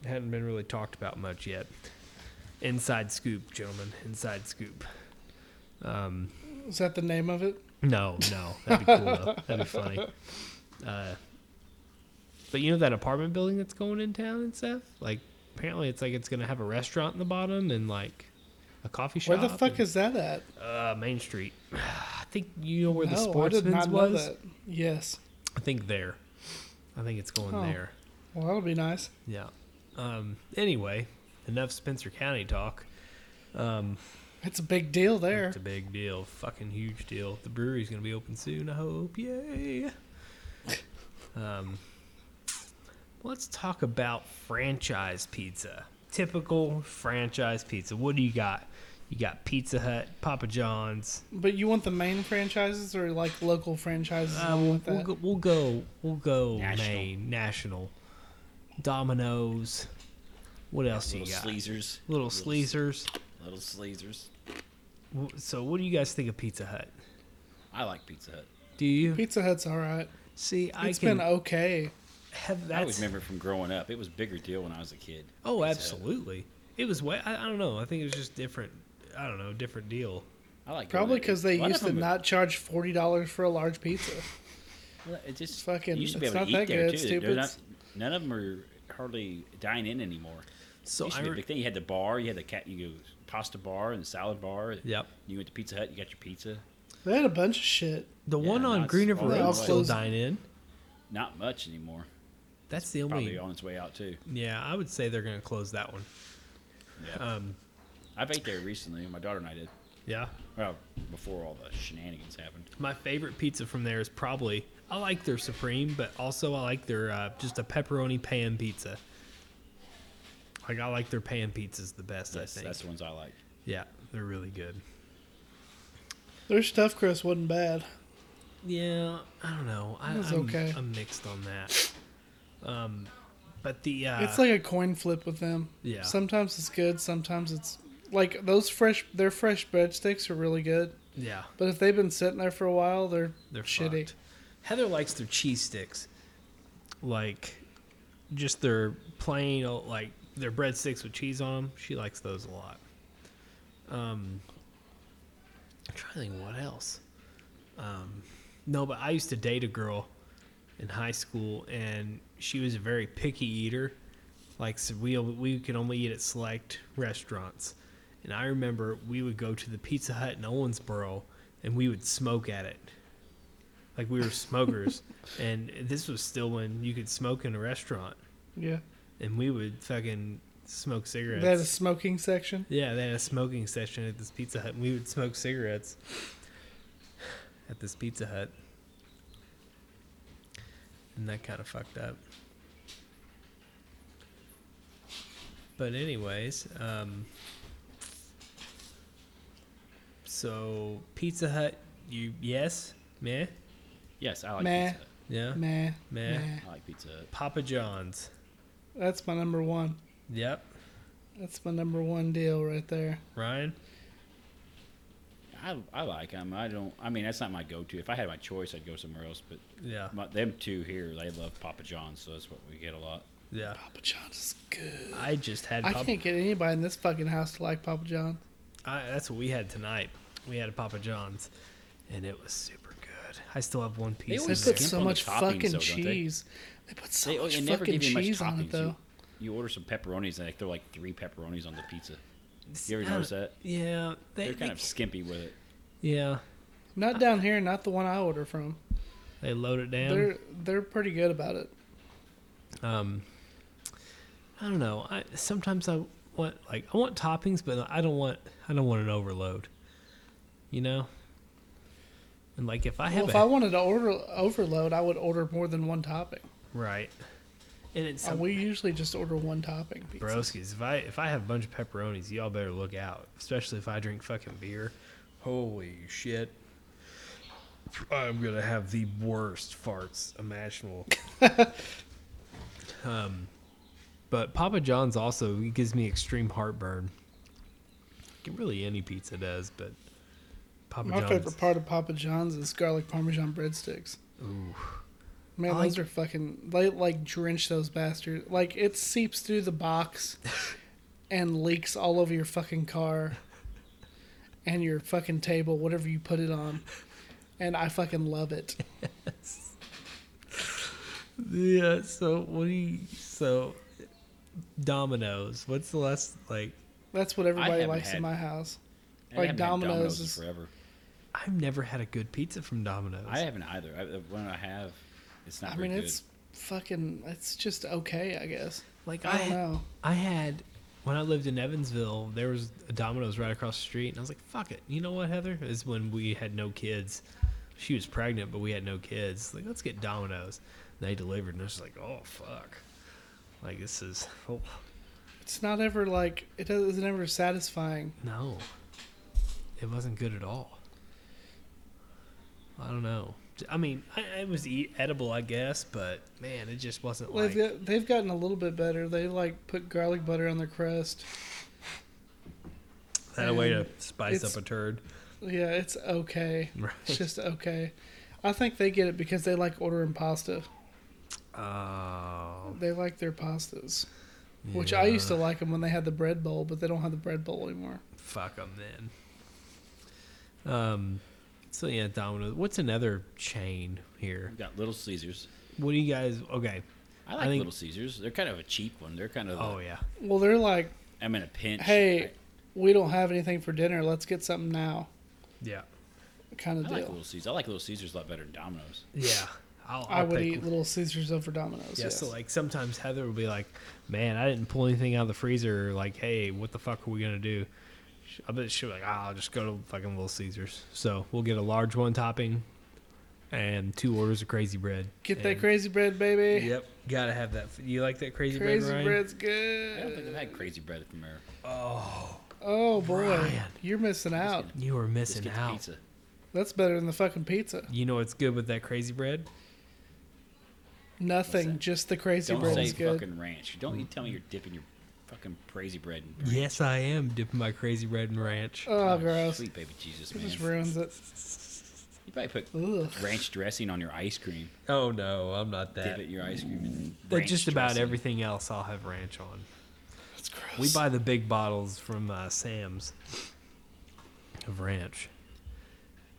S1: It hadn't been really talked about much yet. Inside scoop, gentlemen. Inside scoop. Um,
S2: is that the name of it?
S1: no, no, that'd be cool. though. That'd be funny. Uh, but you know that apartment building that's going in town and stuff. Like, apparently, it's like it's gonna have a restaurant in the bottom and like a coffee shop.
S2: Where the fuck
S1: and-
S2: is that at?
S1: uh, Main Street? I think you know where the
S2: No, I did
S1: Sportsman's
S2: not know
S1: was.
S2: that. Yes.
S1: I think there. I think it's going
S2: Oh.
S1: there.
S2: Well, that'll be nice.
S1: Yeah. Um, anyway, enough Spencer County talk. Um,
S2: It's a big deal there.
S1: It's a big deal. Fucking huge deal. The brewery's going to be open soon, I hope. Yay. um, let's talk about franchise pizza. Typical franchise pizza. What do you got? You got Pizza Hut, Papa John's.
S2: But you want the main franchises or like local franchises?
S1: Uh,
S2: and all
S1: we'll,
S2: that?
S1: we'll, go, we'll go. We'll go.
S3: National.
S1: Maine national. Domino's. What else do
S3: Little
S1: you got?
S3: sleezers.
S1: Little sleezers.
S3: Little sleezers.
S1: W- So, what do you guys think of Pizza Hut?
S3: I like Pizza Hut.
S1: Do you
S2: Pizza Hut's all right.
S1: see? I
S2: It's
S1: can
S2: been okay.
S1: have
S3: I always
S1: that.
S3: remember from growing up. It was a bigger deal when I was a kid. uh,
S1: Oh,
S3: Pizza Hut.
S1: absolutely. It was way. I, I don't know. I think it was just different. I don't know. Different deal.
S3: I like going
S2: Probably
S3: there.
S2: because they
S3: A lot of
S2: used to
S3: them-
S2: not charge forty dollars for a large pizza.
S3: well, It just
S2: fucking-
S3: You used to be
S2: it's
S3: able to
S2: not that
S3: eat there
S2: good,
S3: too. They're not-
S2: stupids.
S3: none of them are hardly dine in anymore.
S1: So
S3: used
S1: I.
S3: to be a
S1: re-
S3: big thing. You had the bar. You had the cat. You go pasta bar and the salad bar.
S1: Yep.
S3: You went to Pizza Hut. You got your pizza.
S2: They had a bunch of shit.
S1: The
S3: Yeah,
S1: one
S3: no,
S1: on
S3: it's
S1: Green River
S3: all
S1: Road
S2: over.
S1: still
S2: Closed.
S1: dine in.
S3: Not much anymore.
S1: That's the
S3: Probably
S1: only.
S3: on its way out too.
S1: Yeah, I would say they're gonna close that one.
S3: Yeah.
S1: Um.
S3: I've ate there recently. My daughter and I did.
S1: Yeah.
S3: Well, before all the shenanigans happened.
S1: My favorite pizza from there is probably I like their supreme, but also I like their uh, just a pepperoni pan pizza. Like I like their pan pizzas the best.
S3: That's,
S1: I think.
S3: that's the ones I like.
S1: yeah, they're really good.
S2: Their stuffed crust wasn't bad.
S1: Yeah, I don't know. I,
S2: It was
S1: I'm,
S2: okay.
S1: I'm mixed on that. Um, but the uh,
S2: it's like a coin flip with them.
S1: Yeah.
S2: Sometimes it's good. Sometimes it's like those fresh. Their fresh breadsticks are really good.
S1: yeah,
S2: But if they've been sitting there for a while, they're
S1: they're
S2: shitty.
S1: fucked. Heather likes their cheese sticks, like just their plain old, like their breadsticks with cheese on them. She likes those a lot. Um, I'm trying to think what else. Um, no, but I used to date a girl in high school, and she was a very picky eater. Like so we we could only eat at select restaurants, and I remember we would go to the Pizza Hut in Owensboro, and we would smoke at it. Like we were smokers, and this was still when you could smoke in a restaurant,
S2: Yeah.
S1: and we would fucking smoke cigarettes.
S2: They had a smoking section.
S1: Yeah, they had a smoking session at this Pizza Hut, and we would smoke cigarettes at this Pizza Hut. And that kind of fucked up. But, anyways, um, so Pizza Hut, you, yes, meh,
S3: Yes, I like
S2: Meh.
S3: pizza. Hut.
S1: yeah,
S2: Meh.
S1: Meh.
S3: I like pizza. Hut.
S1: Papa John's,
S2: That's my number one.
S1: yep,
S2: That's my number one deal right there.
S1: Ryan,
S3: I, I like them. I don't. I mean, that's not my go-to. If I had my choice, I'd go somewhere else. But
S1: yeah,
S3: my, them two here, they love Papa John's, so that's what we get a lot.
S1: yeah.
S2: Papa John's is good.
S1: I just had
S2: I
S1: Papa
S2: can't get anybody in this fucking house to like Papa John's.
S1: I, that's what we had tonight. We had a Papa John's, and it was super good. I still have one piece.
S2: They
S3: always
S1: in
S2: put
S1: there.
S3: skimp
S2: so
S3: on the
S2: much
S3: toppings,
S2: fucking
S3: though, don't they?
S2: cheese. They put so
S3: They, oh,
S2: much
S3: they never
S2: fucking
S3: give you much
S2: cheese on
S3: toppings.
S2: it though.
S3: You, you order some pepperonis, and like, they're like three pepperonis on the pizza.
S1: It's-
S3: You ever
S1: I don't-
S3: notice
S2: uh,
S3: that?
S1: Yeah, they,
S3: They're kind
S1: they-
S3: of skimpy with it.
S1: yeah.
S2: Not down here, not the one I order from.
S1: They load it down.
S2: They're they're pretty good about it.
S1: um, I don't know. I sometimes I want like I want toppings, but I don't want I don't want an overload. You know. And like if I
S2: Well,
S1: have
S2: if
S1: a,
S2: I wanted to order overload, I would order more than one topping.
S1: right, and it's
S2: Uh, we usually just order one topping. pizza.
S1: Broskies, if I if I have a bunch of pepperonis, y'all better look out. Especially if I drink fucking beer. Holy shit. I'm gonna have the worst farts imaginable. um but Papa John's also it gives me extreme heartburn. Like, Really any pizza does, but Papa
S2: My
S1: John's
S2: favorite part of Papa John's is garlic parmesan breadsticks.
S1: Ooh.
S2: Man,
S1: I
S2: those are fucking. They like drench those bastards. Like it seeps through the box, and leaks all over your fucking car, and your fucking table, whatever you put it on. And I fucking love it.
S1: Yeah, so what do you so Domino's, what's the last like
S2: That's what everybody
S3: haven't
S2: likes in
S3: had-
S2: my house.
S3: And
S2: Like
S3: I haven't had
S2: Domino's
S3: Domino's in
S2: is-
S3: forever.
S1: I've never had a good pizza from Domino's.
S3: I haven't either. I, the one I have, it's not
S2: I
S3: very
S2: mean,
S3: good.
S2: it's fucking. It's just okay, I guess.
S1: Like I,
S2: I don't know.
S1: I had when I lived in Evansville, there was a Domino's right across the street, and I was like, "Fuck it." You know what, Heather? Is when we had no kids. She was pregnant, but we had no kids. Like, let's get Domino's. And they delivered, and I was just like, "Oh fuck!" Like this is oh,
S2: It's not ever like it doesn't. It's never satisfying.
S1: no. It wasn't good at all. I don't know. I mean, I, it was eat, edible, I guess, but man, it just wasn't
S2: Well,
S1: like.
S2: they've, got, they've gotten a little bit better. They like put garlic butter on their crust.
S1: Had a way to spice
S2: it's-
S1: up a turd.
S2: Yeah, it's okay.
S1: Right.
S2: It's just okay. I think they get it because they like ordering pasta.
S1: Oh.
S2: They like their pastas, which I used to like them when they had the bread bowl, but they don't have the bread bowl anymore.
S1: fuck them then. Um, so yeah, Domino's. What's another chain here?
S3: We've got Little Caesars.
S1: What do you guys? Okay.
S3: I like
S1: think-
S3: Little Caesars. They're kind of a cheap one. They're kind of.
S1: Oh
S3: Oh,
S1: yeah.
S2: Well, they're like,
S3: I'm in a pinch.
S2: hey, we don't have anything for dinner. Let's get something now,
S1: Yeah.
S2: kind
S3: I,
S2: of
S3: I
S2: deal.
S3: like Little Caesars. I like Little Caesars a lot better than Domino's.
S1: Yeah. I'll,
S2: I
S1: I'll
S2: would
S1: pick-
S2: eat Little Caesars over Domino's.
S1: Yeah.
S2: yes.
S1: So like sometimes Heather will be like, "Man, I didn't pull anything out of the freezer." Or like, "Hey, what the fuck are we gonna do?" Sh- I bet she'll be like, "Ah, "I'll just go to fucking Little Caesars." So we'll get a large one topping, and two orders of crazy bread.
S2: get
S1: And-
S2: that crazy bread, baby.
S1: Yep. Gotta have that. You like that crazy,
S2: Crazy
S1: bread, Ryan?
S2: bread's
S3: I don't think
S2: good.
S3: I've had crazy bread from there.
S1: Oh,
S2: Oh boy,
S1: Ryan.
S2: you're missing out.
S1: you are
S3: Just
S1: missing
S3: get the
S1: out.
S3: pizza.
S2: That's better than the fucking pizza.
S1: You know what's good with that crazy bread?
S2: Nothing, just the crazy
S3: Don't
S2: bread
S3: say
S2: is good.
S3: fucking ranch. Don't you tell me you're dipping your fucking crazy bread in ranch.
S1: Yes, I am dipping my crazy bread in ranch.
S2: Oh, gross.
S3: Sweet baby Jesus,
S2: It
S3: man.
S2: just ruins it.
S3: You probably put
S2: Ugh.
S3: ranch dressing on your ice cream.
S1: Oh no, I'm not
S3: Dip it in your ice cream. And
S1: But
S3: ranch
S1: just about
S3: dressing.
S1: everything else, I'll have ranch on.
S2: That's gross.
S1: We buy the big bottles from uh, Sam's of ranch.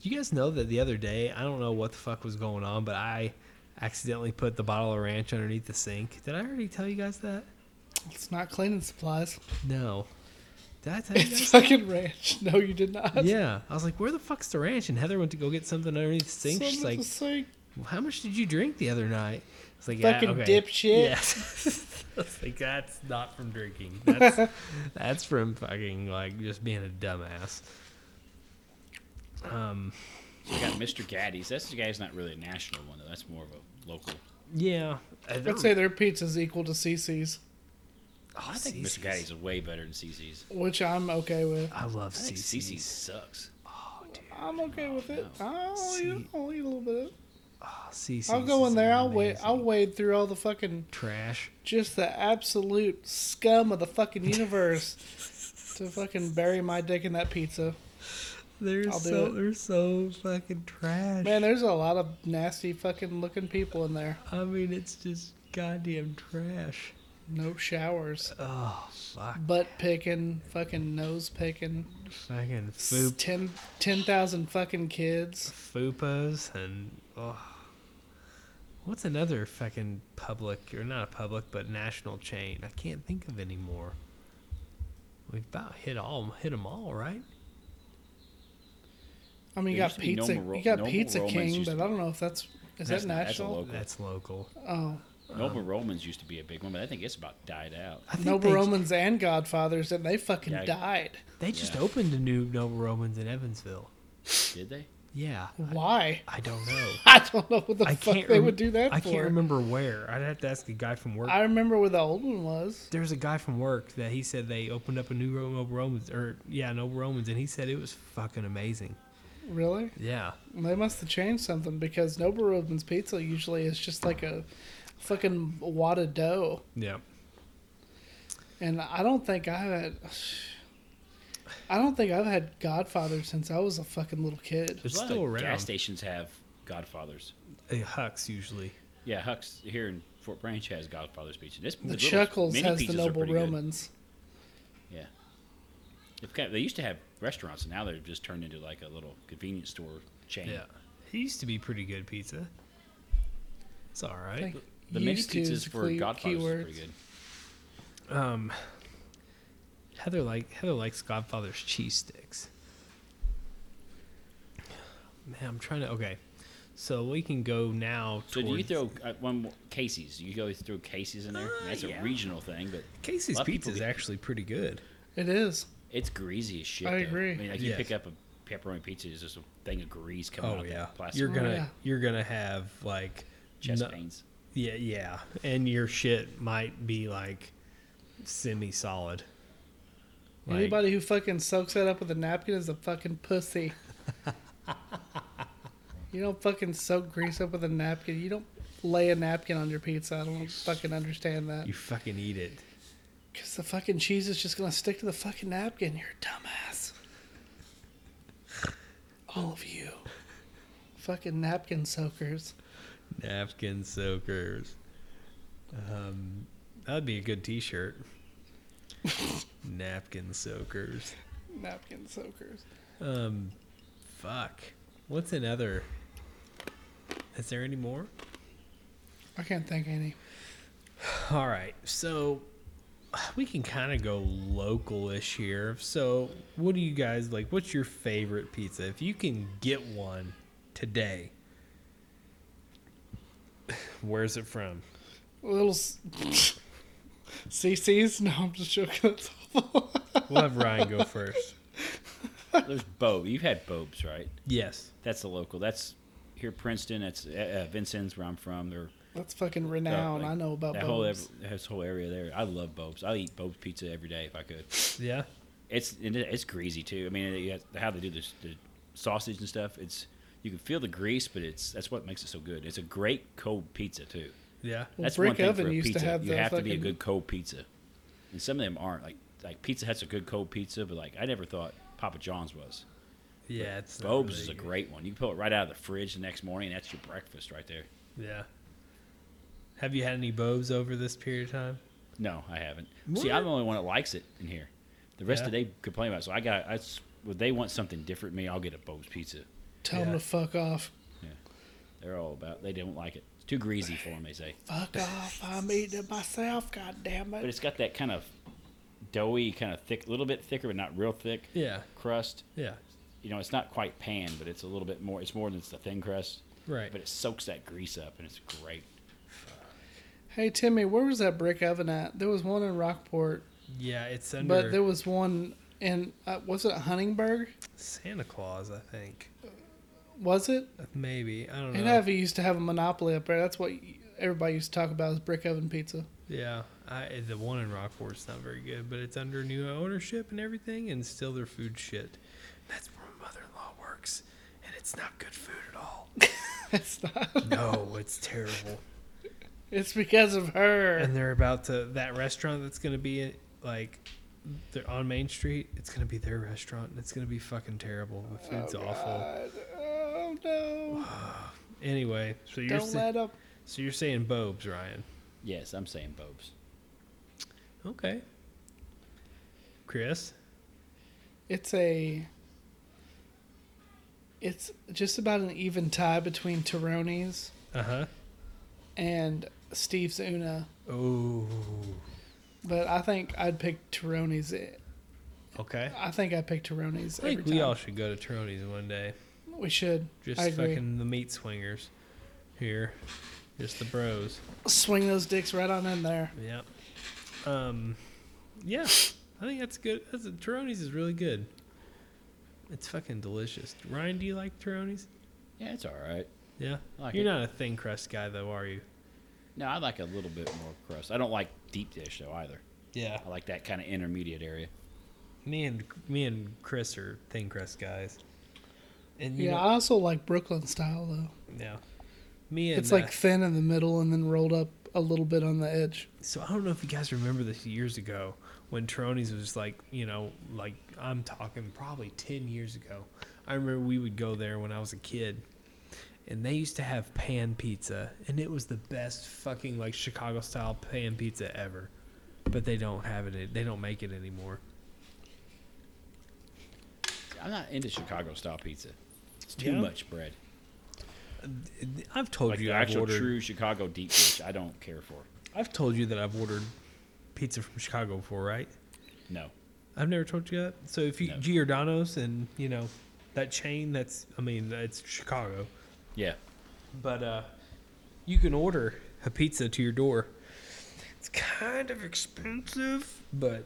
S1: You guys know that the other day, I don't know what the fuck was going on, but I accidentally put the bottle of ranch underneath the sink. Did I already tell you guys that?
S2: It's not cleaning supplies.
S1: No. Did I tell you guys?
S2: It's fucking ranch. No, you did not.
S1: yeah. I was like, where the fuck's the ranch? And Heather went to go get something underneath the sink.
S2: Son
S1: She's
S2: of a
S1: like,
S2: sink.
S1: well, how much did you drink the other night? It's like,
S2: Fucking
S1: yeah, okay.
S2: dipshit.
S1: Yeah. I was like, that's not from drinking. That's, that's from fucking, like, just being a dumbass. Um,
S3: We got Mr. Gaddy's. That's the guy's not really a national one though. That's more of a local.
S1: yeah. Uh, they're-
S2: I'd say their pizza's equal to CC's,
S1: Oh,
S3: I think
S1: CC's.
S3: Mr. Gaddy's is way better than CC's.
S2: which I'm okay with.
S1: I love
S3: I think
S1: CC's.
S3: CC's sucks.
S2: I'm okay with it. I'll,
S1: Oh, See-
S2: eat, I'll eat a little bit. Of it.
S1: Oh, CC's
S2: I'll go
S1: is
S2: in there. I'll wade.
S1: amazing.
S2: I'll wade through all the fucking
S1: Trash.
S2: just the absolute scum of the fucking universe to fucking bury my dick in that pizza.
S1: They're
S2: I'll do
S1: so
S2: it.
S1: they're so fucking trash.
S2: Man, there's a lot of nasty fucking looking people in there.
S1: I mean, it's just goddamn trash.
S2: No showers,
S1: Oh fuck,
S2: butt picking, fucking nose picking,
S1: fucking
S2: s-
S1: foop,
S2: ten ten thousand fucking kids.
S1: foopos and oh. What's another fucking public or not a public but national chain? I can't think of anymore. We've about hit all hit them all, right?
S2: I mean, you
S3: There
S2: got
S3: used to be
S2: pizza.
S3: Noma Ro-
S2: you got
S3: Noma
S2: Pizza
S3: Romans
S2: King,
S3: used
S2: but
S3: to-
S2: I don't know if that's is
S3: That's
S2: that
S3: not- that's a
S2: national.
S3: local.
S1: That's local.
S2: Oh,
S3: Noble Romans used to be a big one, but I think it's about died out.
S1: I think
S2: Noble
S1: they,
S2: Romans and Godfathers, and they fucking
S3: Yeah.
S2: died.
S1: They just
S3: Yeah.
S1: opened a new Noble Romans in Evansville.
S3: Did they?
S1: Yeah, I,
S2: Why?
S1: I don't know.
S2: I don't know what the
S1: I
S2: fuck
S1: can't.
S2: they
S1: rem-
S2: would do that
S1: I
S2: for.
S1: can't remember where. I'd have to ask a guy from work.
S2: I remember where the old one was.
S1: there was a guy from work that he said they opened up a new room over Romans, or yeah, an over Romans, and he said it was fucking amazing.
S2: Really?
S1: Yeah,
S2: They must have changed something because Noble Roman's pizza usually is just like a fucking wad of dough.
S1: yeah.
S2: And I don't think I've had. I don't think I've had Godfather since I was a fucking little kid.
S1: It's
S3: A lot
S1: still
S3: of
S1: around.
S3: Gas stations have Godfathers.
S1: Uh, Hucks usually.
S3: Yeah, Huck's here in Fort Branch has Godfather's pizza. This
S2: The
S3: little
S2: Chuckles
S3: mini
S2: has the
S3: pizzas are
S2: Noble
S3: pretty good.
S2: Romans.
S3: Yeah, They've got- they used to have restaurants, and now they've just turned into like a little convenience store chain.
S1: Yeah, he used to be pretty good pizza. It's all
S2: I
S1: right.
S2: think
S3: The mini
S2: used to is
S3: pizzas
S2: the
S3: for
S2: key-
S3: Godfathers is pretty
S2: keywords.
S3: good.
S1: Um, Heather like Heather likes Godfather's cheese sticks. Man, I'm trying to. Okay, so we can go now.
S3: So do you
S1: towards-
S3: throw uh, one more, Casey's? You go throw Casey's in there.
S1: Uh,
S3: That's
S1: yeah.
S3: a regional thing, but
S1: Casey's
S3: A lot of
S1: pizza
S3: people
S1: is
S3: get-
S1: actually pretty good.
S2: It is.
S3: it's greasy as shit.
S2: I
S3: though.
S2: agree.
S3: I mean, like you
S1: Yes.
S3: pick up a pepperoni pizza, it's just a thing of grease coming out
S1: Oh
S3: of
S1: yeah,
S3: that plastic
S1: you're
S2: Oh,
S1: gonna
S2: yeah.
S1: you're gonna have like
S3: chest
S1: no-
S3: pains.
S1: Yeah, yeah, and your shit might be like semi-solid. Like,
S2: Anybody who fucking soaks that up with a napkin is a fucking pussy. you don't fucking soak grease up with a napkin. You don't lay a napkin on your pizza. I don't fucking understand that.
S1: you fucking eat it.
S2: Because the fucking cheese is just gonna stick to the fucking napkin. You're a dumbass. All of you. Fucking napkin soakers.
S1: Napkin soakers. Um, that'd be a good T-shirt. Napkin soakers.
S2: Napkin soakers.
S1: Um, fuck. What's another? Is there any more?
S2: I can't think of any.
S1: All right, so we can kind of go local-ish here. So, what do you guys like? What's your favorite pizza? If you can get one today, where's it from?
S2: Little. s- CC's? No, I'm just joking. That's awful.
S1: We'll have Ryan go first.
S3: There's Bobe. You've had Bobes, right?
S1: Yes.
S3: That's the local. That's here Princeton. That's uh, uh, Vincennes, where I'm from. They're
S2: That's fucking
S3: uh,
S2: renowned.
S3: like,
S2: I know about
S3: that whole
S2: bones.
S3: ev- this whole area there. I love Bobes. I eat Bobes pizza every day if I could.
S1: Yeah.
S3: It's and it- it's greasy too. I mean, you have- how they do this, the sausage and stuff. It's you can feel the grease, but it's that's what makes it so good. It's a great cold pizza too.
S1: Yeah.
S2: Well,
S3: That's
S2: brick
S3: one thing
S2: oven
S3: for a
S2: used to
S3: pizza.
S2: have
S3: you
S2: the
S3: have to be a
S2: fucking-
S3: good cold pizza, and some of them aren't. Like like Pizza Hut's a good cold pizza, but like I never thought Papa John's was.
S1: Yeah. It's not
S3: Bobes
S1: really
S3: is a
S1: good.
S3: great one. You can pull it right out of the fridge the next morning. and That's your breakfast right there.
S1: Yeah. Have you had any bobes over this period of time?
S3: No, I haven't. See, I'm the only one that likes it in here. The rest
S1: Yeah.
S3: of they complain about. it. So I got. I, s- well, they want something different. than Me, I'll get a Bob's pizza.
S2: Tell them
S1: Yeah.
S2: to fuck off.
S3: They're all about. They don't like it. It's too greasy for them. They say,
S2: Fuck off. I'm eating it myself. God damn
S3: but
S2: it.
S3: it's got that kind of doughy, kind of thick, a little bit thicker, but not real thick
S1: Yeah.
S3: crust.
S1: Yeah.
S3: You know, it's not quite pan, but it's a little bit more. It's more than it's the thin crust,
S1: Right.
S3: but it soaks that grease up, and it's great.
S2: Hey Timmy, where was that brick oven at? There was one in Rockport,
S1: yeah, it's under
S2: but there was one in uh, was it Huntingburg?
S1: Santa Claus, I think.
S2: Was it?
S1: Maybe. I don't
S2: And
S1: know.
S2: Ivy used to have a monopoly up there. That's what everybody used to talk about is brick oven pizza.
S1: Yeah. I, the one in Rockport's not very good, but it's under new ownership and everything, and still their food shit. That's where my mother in law works, and it's not good food at all.
S2: It's not.
S1: no, it's terrible.
S2: It's because of her.
S1: and they're about to that restaurant that's gonna be like they're on Main Street. It's gonna be their restaurant, and it's gonna be fucking terrible. The food's awful.
S2: Oh, God. Oh no!
S1: Anyway, so you're
S2: Don't
S1: sa-
S2: let up.
S1: so you're saying Bob's, Ryan?
S3: Yes, I'm saying Bob's.
S1: Okay. Chris,
S2: It's a. It's just about an even tie between Taroni's
S1: uh huh.
S2: and Steve's Una,
S1: Oh,
S2: but I think I'd pick Taroni's.
S1: okay.
S2: I think I pick Taroni's.
S1: I think
S2: every
S1: we
S2: time.
S1: all should go to Tony's one day.
S2: We should.
S1: Just
S2: I agree.
S1: fucking the meat swingers here, just the bros.
S2: swing those dicks right on in there.
S1: Yeah. Um, yeah, I think that's good. That's Taroni's is really good. It's fucking delicious. Ryan, do you like Taroni's?
S3: Yeah, it's all right.
S1: Yeah.
S3: I like
S1: You're
S3: it.
S1: not a thin crust guy though, are you?
S3: No, I like a little bit more crust. I don't like deep dish though either.
S1: Yeah.
S3: I like that kind of intermediate area.
S1: Me and me and Chris are thin crust guys. And you
S2: Yeah, I
S1: know,
S2: also like Brooklyn style though.
S1: yeah. Me and
S2: it's like
S1: uh,
S2: thin in the middle and then rolled up a little bit on the edge.
S1: so I don't know if you guys remember this years ago when Tronies was like, you know, like I'm talking probably 10 years ago. I remember we would go there when I was a kid and they used to have pan pizza and it was the best fucking like Chicago style pan pizza ever. But they don't have it. They don't make it anymore.
S3: I'm not into Chicago style pizza. It's too
S1: Yeah?
S3: much bread.
S1: I've told
S3: Like
S1: Oh, you
S3: the
S1: I've
S3: actual
S1: ordered
S3: true Chicago deep dish, I don't care for.
S1: I've told you that I've ordered pizza from Chicago before, right?
S3: No.
S1: I've never told you that. So if you
S3: No.
S1: Giordano's and, you know, that chain that's I mean, that's Chicago.
S3: Yeah.
S1: but uh, you can order a pizza to your door. It's kind of expensive, but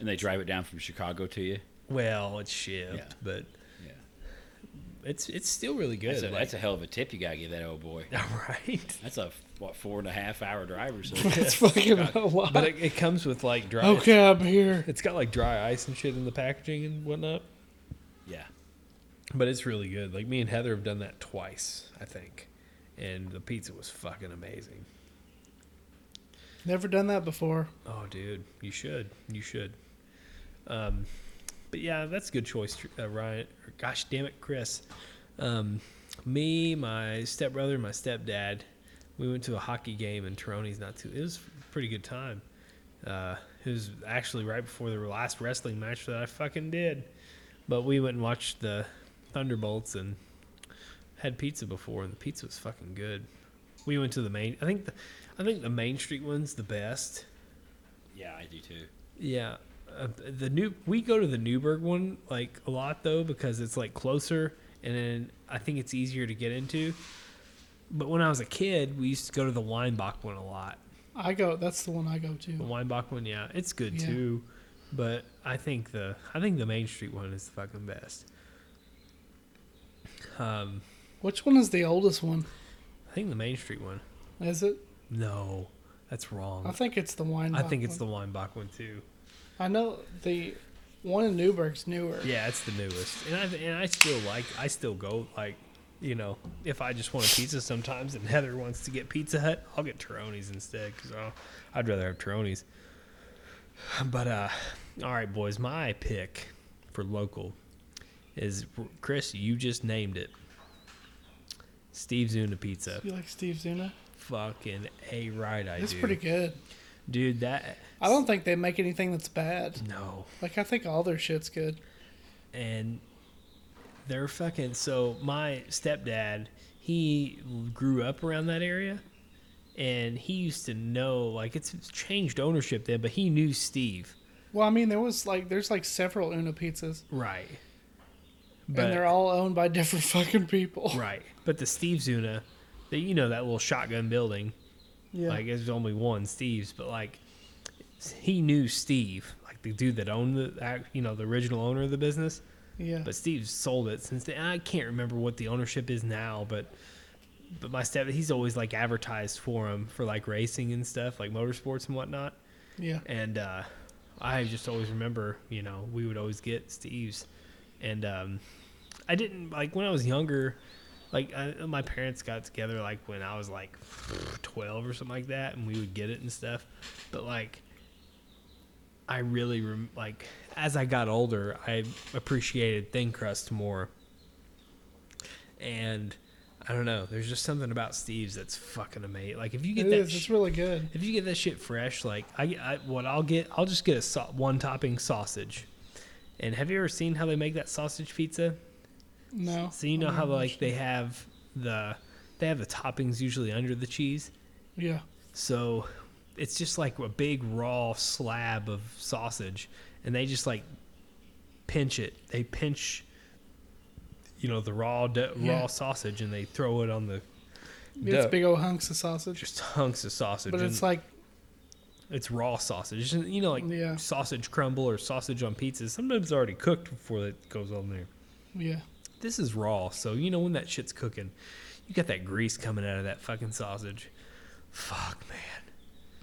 S3: And they drive it down from Chicago to you.
S1: well, it's shipped,
S3: Yeah.
S1: but
S3: Yeah.
S1: it's it's still really good.
S3: That's a,
S1: like-
S3: that's a hell of a tip you gotta give that old boy.
S1: right,
S3: That's a what four and a half hour drive or so.
S2: That's fucking a lot.
S1: but it, it comes with like dry.
S2: okay, I'm here.
S1: it's got like dry ice and shit in the packaging and whatnot.
S3: yeah.
S1: But it's really good. Like me and Heather have done that twice, I think, and the pizza was fucking amazing.
S2: Never done that before.
S1: Oh, dude, you should. You should. Um, but yeah, that's a good choice, uh, Ryan. Or gosh damn it, Chris. Um, me, my stepbrother, and my stepdad, we went to a hockey game in Toroni's not too. It was a pretty good time. Uh, it was actually right before the last wrestling match that I fucking did. But we went and watched the Thunderbolts and had pizza before, and the pizza was fucking good. We went to the main. I think the, I think the Main Street one's the best.
S3: Yeah, I do too.
S1: Yeah, uh, the new we go to the Newburgh one like a lot though because it's like closer and then I think it's easier to get into. But when I was a kid, we used to go to the Weinbach one a lot.
S2: I go. That's the one I go
S1: The
S2: to.
S1: Weinbach one, yeah, it's good
S2: Yeah.
S1: too, but I think the I think the Main Street one is the fucking best. Um,
S2: Which one is the oldest one?
S1: I think the Main Street one.
S2: Is it?
S1: No, that's wrong.
S2: I think it's the wine.
S1: I think it's the Weinbach one too.
S2: I know the one in Newburgh's newer.
S1: Yeah, it's the newest, and I and I still like I still go like, you know, if I just want a pizza sometimes, and Heather wants to get Pizza Hut, I'll get Taroni's instead because I'd rather have Taroni's. But uh, all right, boys, my pick for local is Chris. You just named it. Steve Zuna Pizza,
S2: You like Steve Zuna?
S1: fucking a right, I
S2: It's
S1: do,
S2: pretty good.
S1: dude. That
S2: I don't think they make anything that's bad.
S1: no,
S2: Like I think all their shit's good.
S1: and they're fucking so my stepdad he grew up around that area and he used to know like it's it's changed ownership then, but he knew Steve.
S2: Well, I mean, there was like there's like several Una pizzas,
S1: Right.
S2: and they're all owned by different fucking people.
S1: right. But the Steve's Una, that you know that little shotgun building.
S2: Yeah.
S1: Like there's only one Steve's, but like he knew Steve, like the dude that owned the ac- you know the original owner of the business.
S2: yeah.
S1: But Steve's sold it since then. I can't remember what the ownership is now, but but my step he's always like advertised for him for like racing and stuff, like motorsports and whatnot.
S2: yeah.
S1: And uh, I just always remember, you know, we would always get Steve's. And um, I didn't, like, when I was younger, like, I, my parents got together, like, when I was, like, 12 or something like that, and we would get it and stuff. But, like, I really, rem- like, as I got older, I appreciated thin crust more. And I don't know, there's just something about Steve's that's fucking amazing. Like, if you
S2: It
S1: get that
S2: is.
S1: sh-
S2: It's really good.
S1: if you get that shit fresh, like I, I what I'll get, I'll just get a sau- one topping sausage. And have you ever seen how they make that sausage pizza?
S2: No.
S1: So you know how
S2: Mm-hmm.
S1: like they have the they have the toppings usually under the cheese.
S2: Yeah.
S1: So it's just like a big raw slab of sausage, and they just like pinch it. They pinch, you know, the raw de-
S2: Yeah.
S1: raw sausage, and they throw it on the
S2: It's
S1: dough.
S2: big old hunks of sausage,
S1: just hunks of sausage.
S2: but
S1: and-
S2: it's like
S1: it's raw sausage. You know, like
S2: Yeah.
S1: sausage crumble or sausage on pizza. Sometimes it's already cooked before it goes on there.
S2: yeah.
S1: This is raw, so you know when that shit's cooking, you got that grease coming out of that fucking sausage. Fuck, man,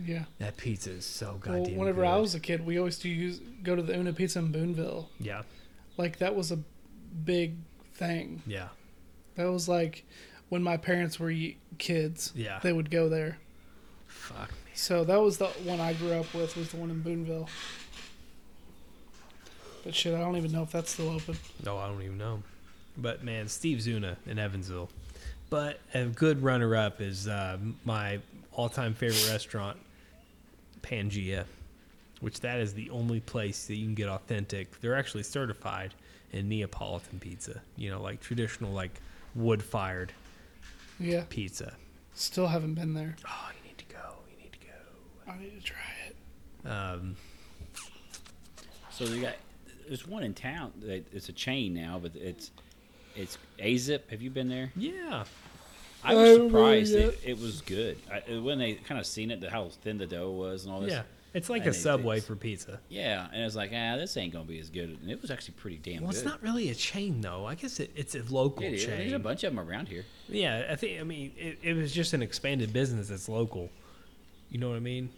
S2: Yeah.
S1: that pizza is so
S2: well,
S1: goddamn.
S2: whenever
S1: good.
S2: I was a kid, we always do use go to the Una Pizza in Boonville.
S1: yeah,
S2: Like that was a big thing.
S1: yeah,
S2: That was like when my parents were y- kids.
S1: Yeah.
S2: They would go there.
S1: fuck me.
S2: So that was the one I grew up with. Was the one in Boonville. But shit, I don't even know if that's still open.
S1: No, Oh, I don't even know. But man, Steve Zuna in Evansville. But a good runner-up is uh, my all-time favorite restaurant, Pangea, which that is the only place that you can get authentic. They're actually certified in Neapolitan pizza. You know, like traditional, like wood-fired
S2: Yeah.
S1: pizza.
S2: Still haven't been there.
S1: Oh, you need to go. You need to
S2: I need to try it.
S1: go. Um,
S3: So you got there's one in town. That it's a chain now, but it's it's Azip. Have you been there?
S1: yeah,
S3: I
S2: I
S3: was
S2: haven't really
S3: surprised
S2: yet.
S3: it, it was good. I, when they kind of seen it, how thin the dough was and all this.
S1: yeah. It's like
S3: And
S1: a
S3: it-
S1: Subway
S3: it's-
S1: for pizza.
S3: Yeah, and it was like, ah, this ain't gonna be as good. And it was actually pretty damn
S1: Well,
S3: good.
S1: it's not really a chain though. I guess it, it's a local
S3: It is.
S1: chain.
S3: There's a bunch of them around here.
S1: Yeah, I think. I mean, it, it was just an expanded business that's local. You know what I mean?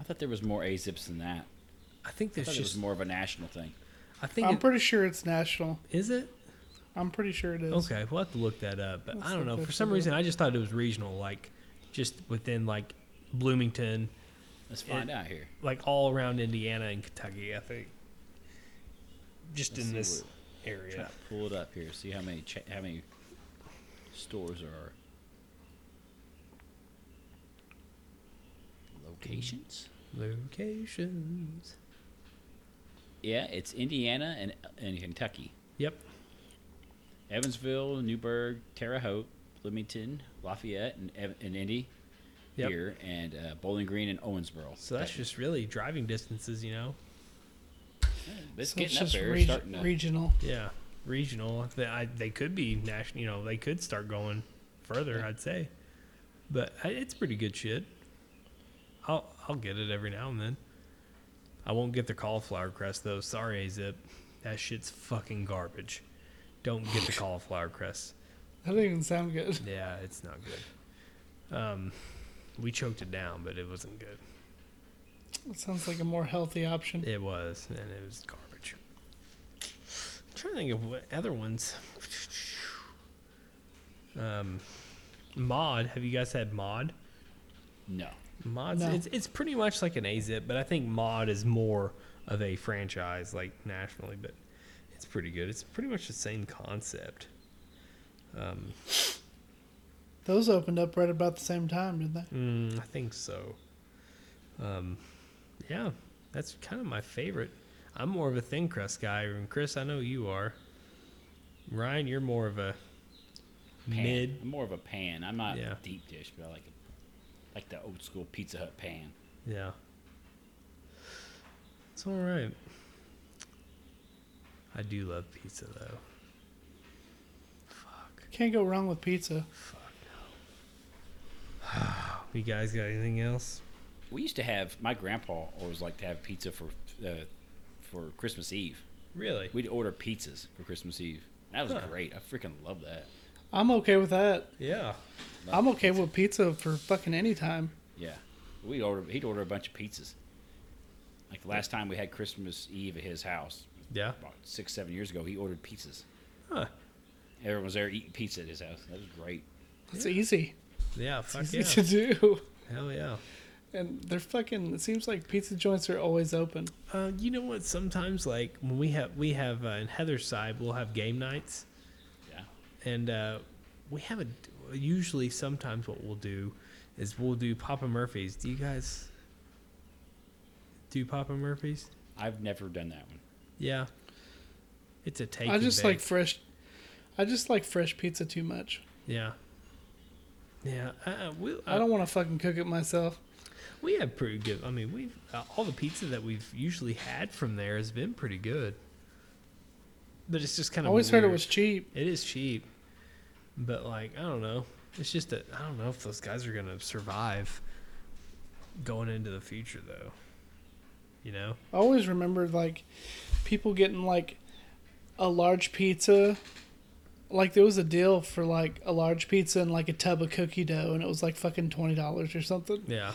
S3: I thought there was more Azips than that.
S1: I think
S3: I
S1: there's
S3: thought it was
S1: just.
S3: more of a national thing.
S1: I think.
S2: I'm
S1: It,
S2: pretty sure it's national.
S1: is it?
S2: I'm pretty sure it is.
S1: Okay, we'll have to look that up. But
S2: Let's
S1: I don't
S2: look
S1: know.
S2: that
S1: For some
S2: shit up.
S1: reason, I just thought it was regional, like just within like Bloomington,
S3: Let's find out here.
S1: like all around Indiana and Kentucky. I think. Just
S3: Let's
S1: in
S3: see
S1: this
S3: Try
S1: area.
S3: to pull it up here. See how many cha- how many stores are locations.
S1: Locations.
S3: Yeah, it's Indiana and and Kentucky.
S1: Yep.
S3: Evansville, Newburgh, Terre Haute, Bloomington, Lafayette, and, Ev- and Indy
S1: Yep.
S3: here, and uh, Bowling Green and Owensboro.
S1: So that's
S3: That-
S1: just really driving distances, you know.
S3: it's
S2: So
S3: getting
S2: it's
S3: up
S2: just
S3: there.
S2: reg-
S3: starting to,
S2: regional.
S1: Yeah, regional. They, I, they could be national. You know, they could start going further. I'd say, but I, it's pretty good shit. I'll I'll get it every now and then. I won't get the cauliflower crust though. Sorry, Azip. That shit's fucking garbage. Don't get the cauliflower crust.
S2: That doesn't even sound good.
S1: Yeah, it's not good. Um, we choked it down, but it wasn't good.
S2: It sounds like a more healthy option.
S1: It was, and it was garbage. I'm trying to think of what other ones. Um, mod. Have you guys had mod?
S3: no.
S1: Mods.
S2: No.
S1: It's it's pretty much like an AZIP, but I think mod is more of a franchise, like nationally. But it's pretty good. It's pretty much the same concept. Um,
S2: Those opened up right about the same time, didn't they?
S1: Mm, I think so. Um, yeah, that's kind of my favorite. I'm more of a thin crust guy, and Chris, I know you are. Ryan, you're more of a
S3: Pan.
S1: mid.
S3: I'm more of a pan. I'm not
S1: Yeah.
S3: deep dish, but I like a like the old school Pizza Hut pan.
S1: Yeah. It's all right. I do love pizza though. Fuck.
S2: Can't go wrong with pizza.
S1: Fuck no. you guys got anything else?
S3: We used to have my grandpa always liked to have pizza for uh, for Christmas Eve.
S1: Really?
S3: We'd order pizzas for Christmas Eve. That was
S1: Huh.
S3: great. I freaking love that.
S2: I'm okay with that.
S1: Yeah.
S2: I'm okay with pizza for fucking any time.
S3: Yeah, we order. He'd order a bunch of pizzas. Like the last time we had Christmas Eve at his house,
S1: Yeah.
S3: about six seven years ago, he ordered pizzas.
S1: Huh.
S3: Everyone was there eating pizza at his house. That was great.
S2: It's easy.
S1: Yeah. Fuck
S2: It's
S1: yeah.
S2: easy to do.
S1: Hell yeah.
S2: And they're fucking. It seems like pizza joints are always open.
S1: Uh, you know what? Sometimes, like when we have we have uh, in Heather's side, we'll have game nights,
S3: Yeah.
S1: and uh, we have a usually sometimes what we'll do is we'll do Papa Murphy's. Do you guys do Papa Murphy's?
S3: I've never done that one.
S1: Yeah, it's a take.
S2: I
S1: and
S2: just like
S1: bake.
S2: fresh. I just like fresh pizza too much.
S1: yeah, yeah. Uh, we
S2: I don't want to fucking cook it myself.
S1: we have pretty good. I mean, we've uh, all the pizza that we've usually had from there has been pretty good, but it's just kind
S2: I
S1: of
S2: always heard it was cheap.
S1: It is cheap, but like I don't know. It's just that I don't know if those guys are gonna survive going into the future though. You know?
S2: I always remembered like people getting like a large pizza. Like there was a deal for like a large pizza and like a tub of cookie dough, and it was like fucking twenty dollars or something.
S1: Yeah.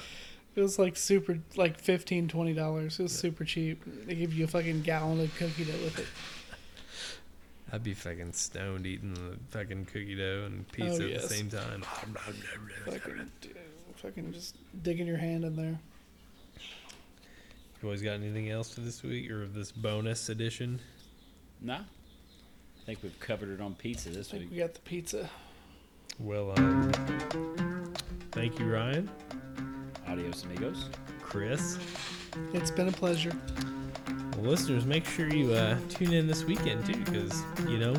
S2: It was like super, like fifteen, twenty dollars. It was super cheap. They give you a fucking gallon of cookie dough with it.
S1: I'd be fucking stoned eating the fucking cookie dough and pizza at
S2: yes.
S1: the same time.
S2: Fucking, fucking just digging your hand in there.
S1: You always got anything else for this week or this bonus edition?
S3: No. I think we've covered it on pizza this
S2: I think
S3: week.
S2: we got the pizza.
S1: Well, um, thank you, Ryan,
S3: Adios, amigos.
S1: Chris.
S2: It's been a pleasure.
S1: Well, listeners, make sure you uh, tune in this weekend too, because you know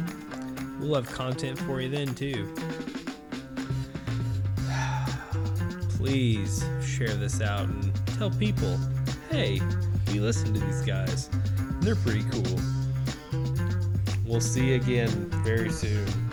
S1: we'll have content for you then too. Please share this out and tell people, hey, we listened to these guys. They're pretty cool. We'll see you again very soon.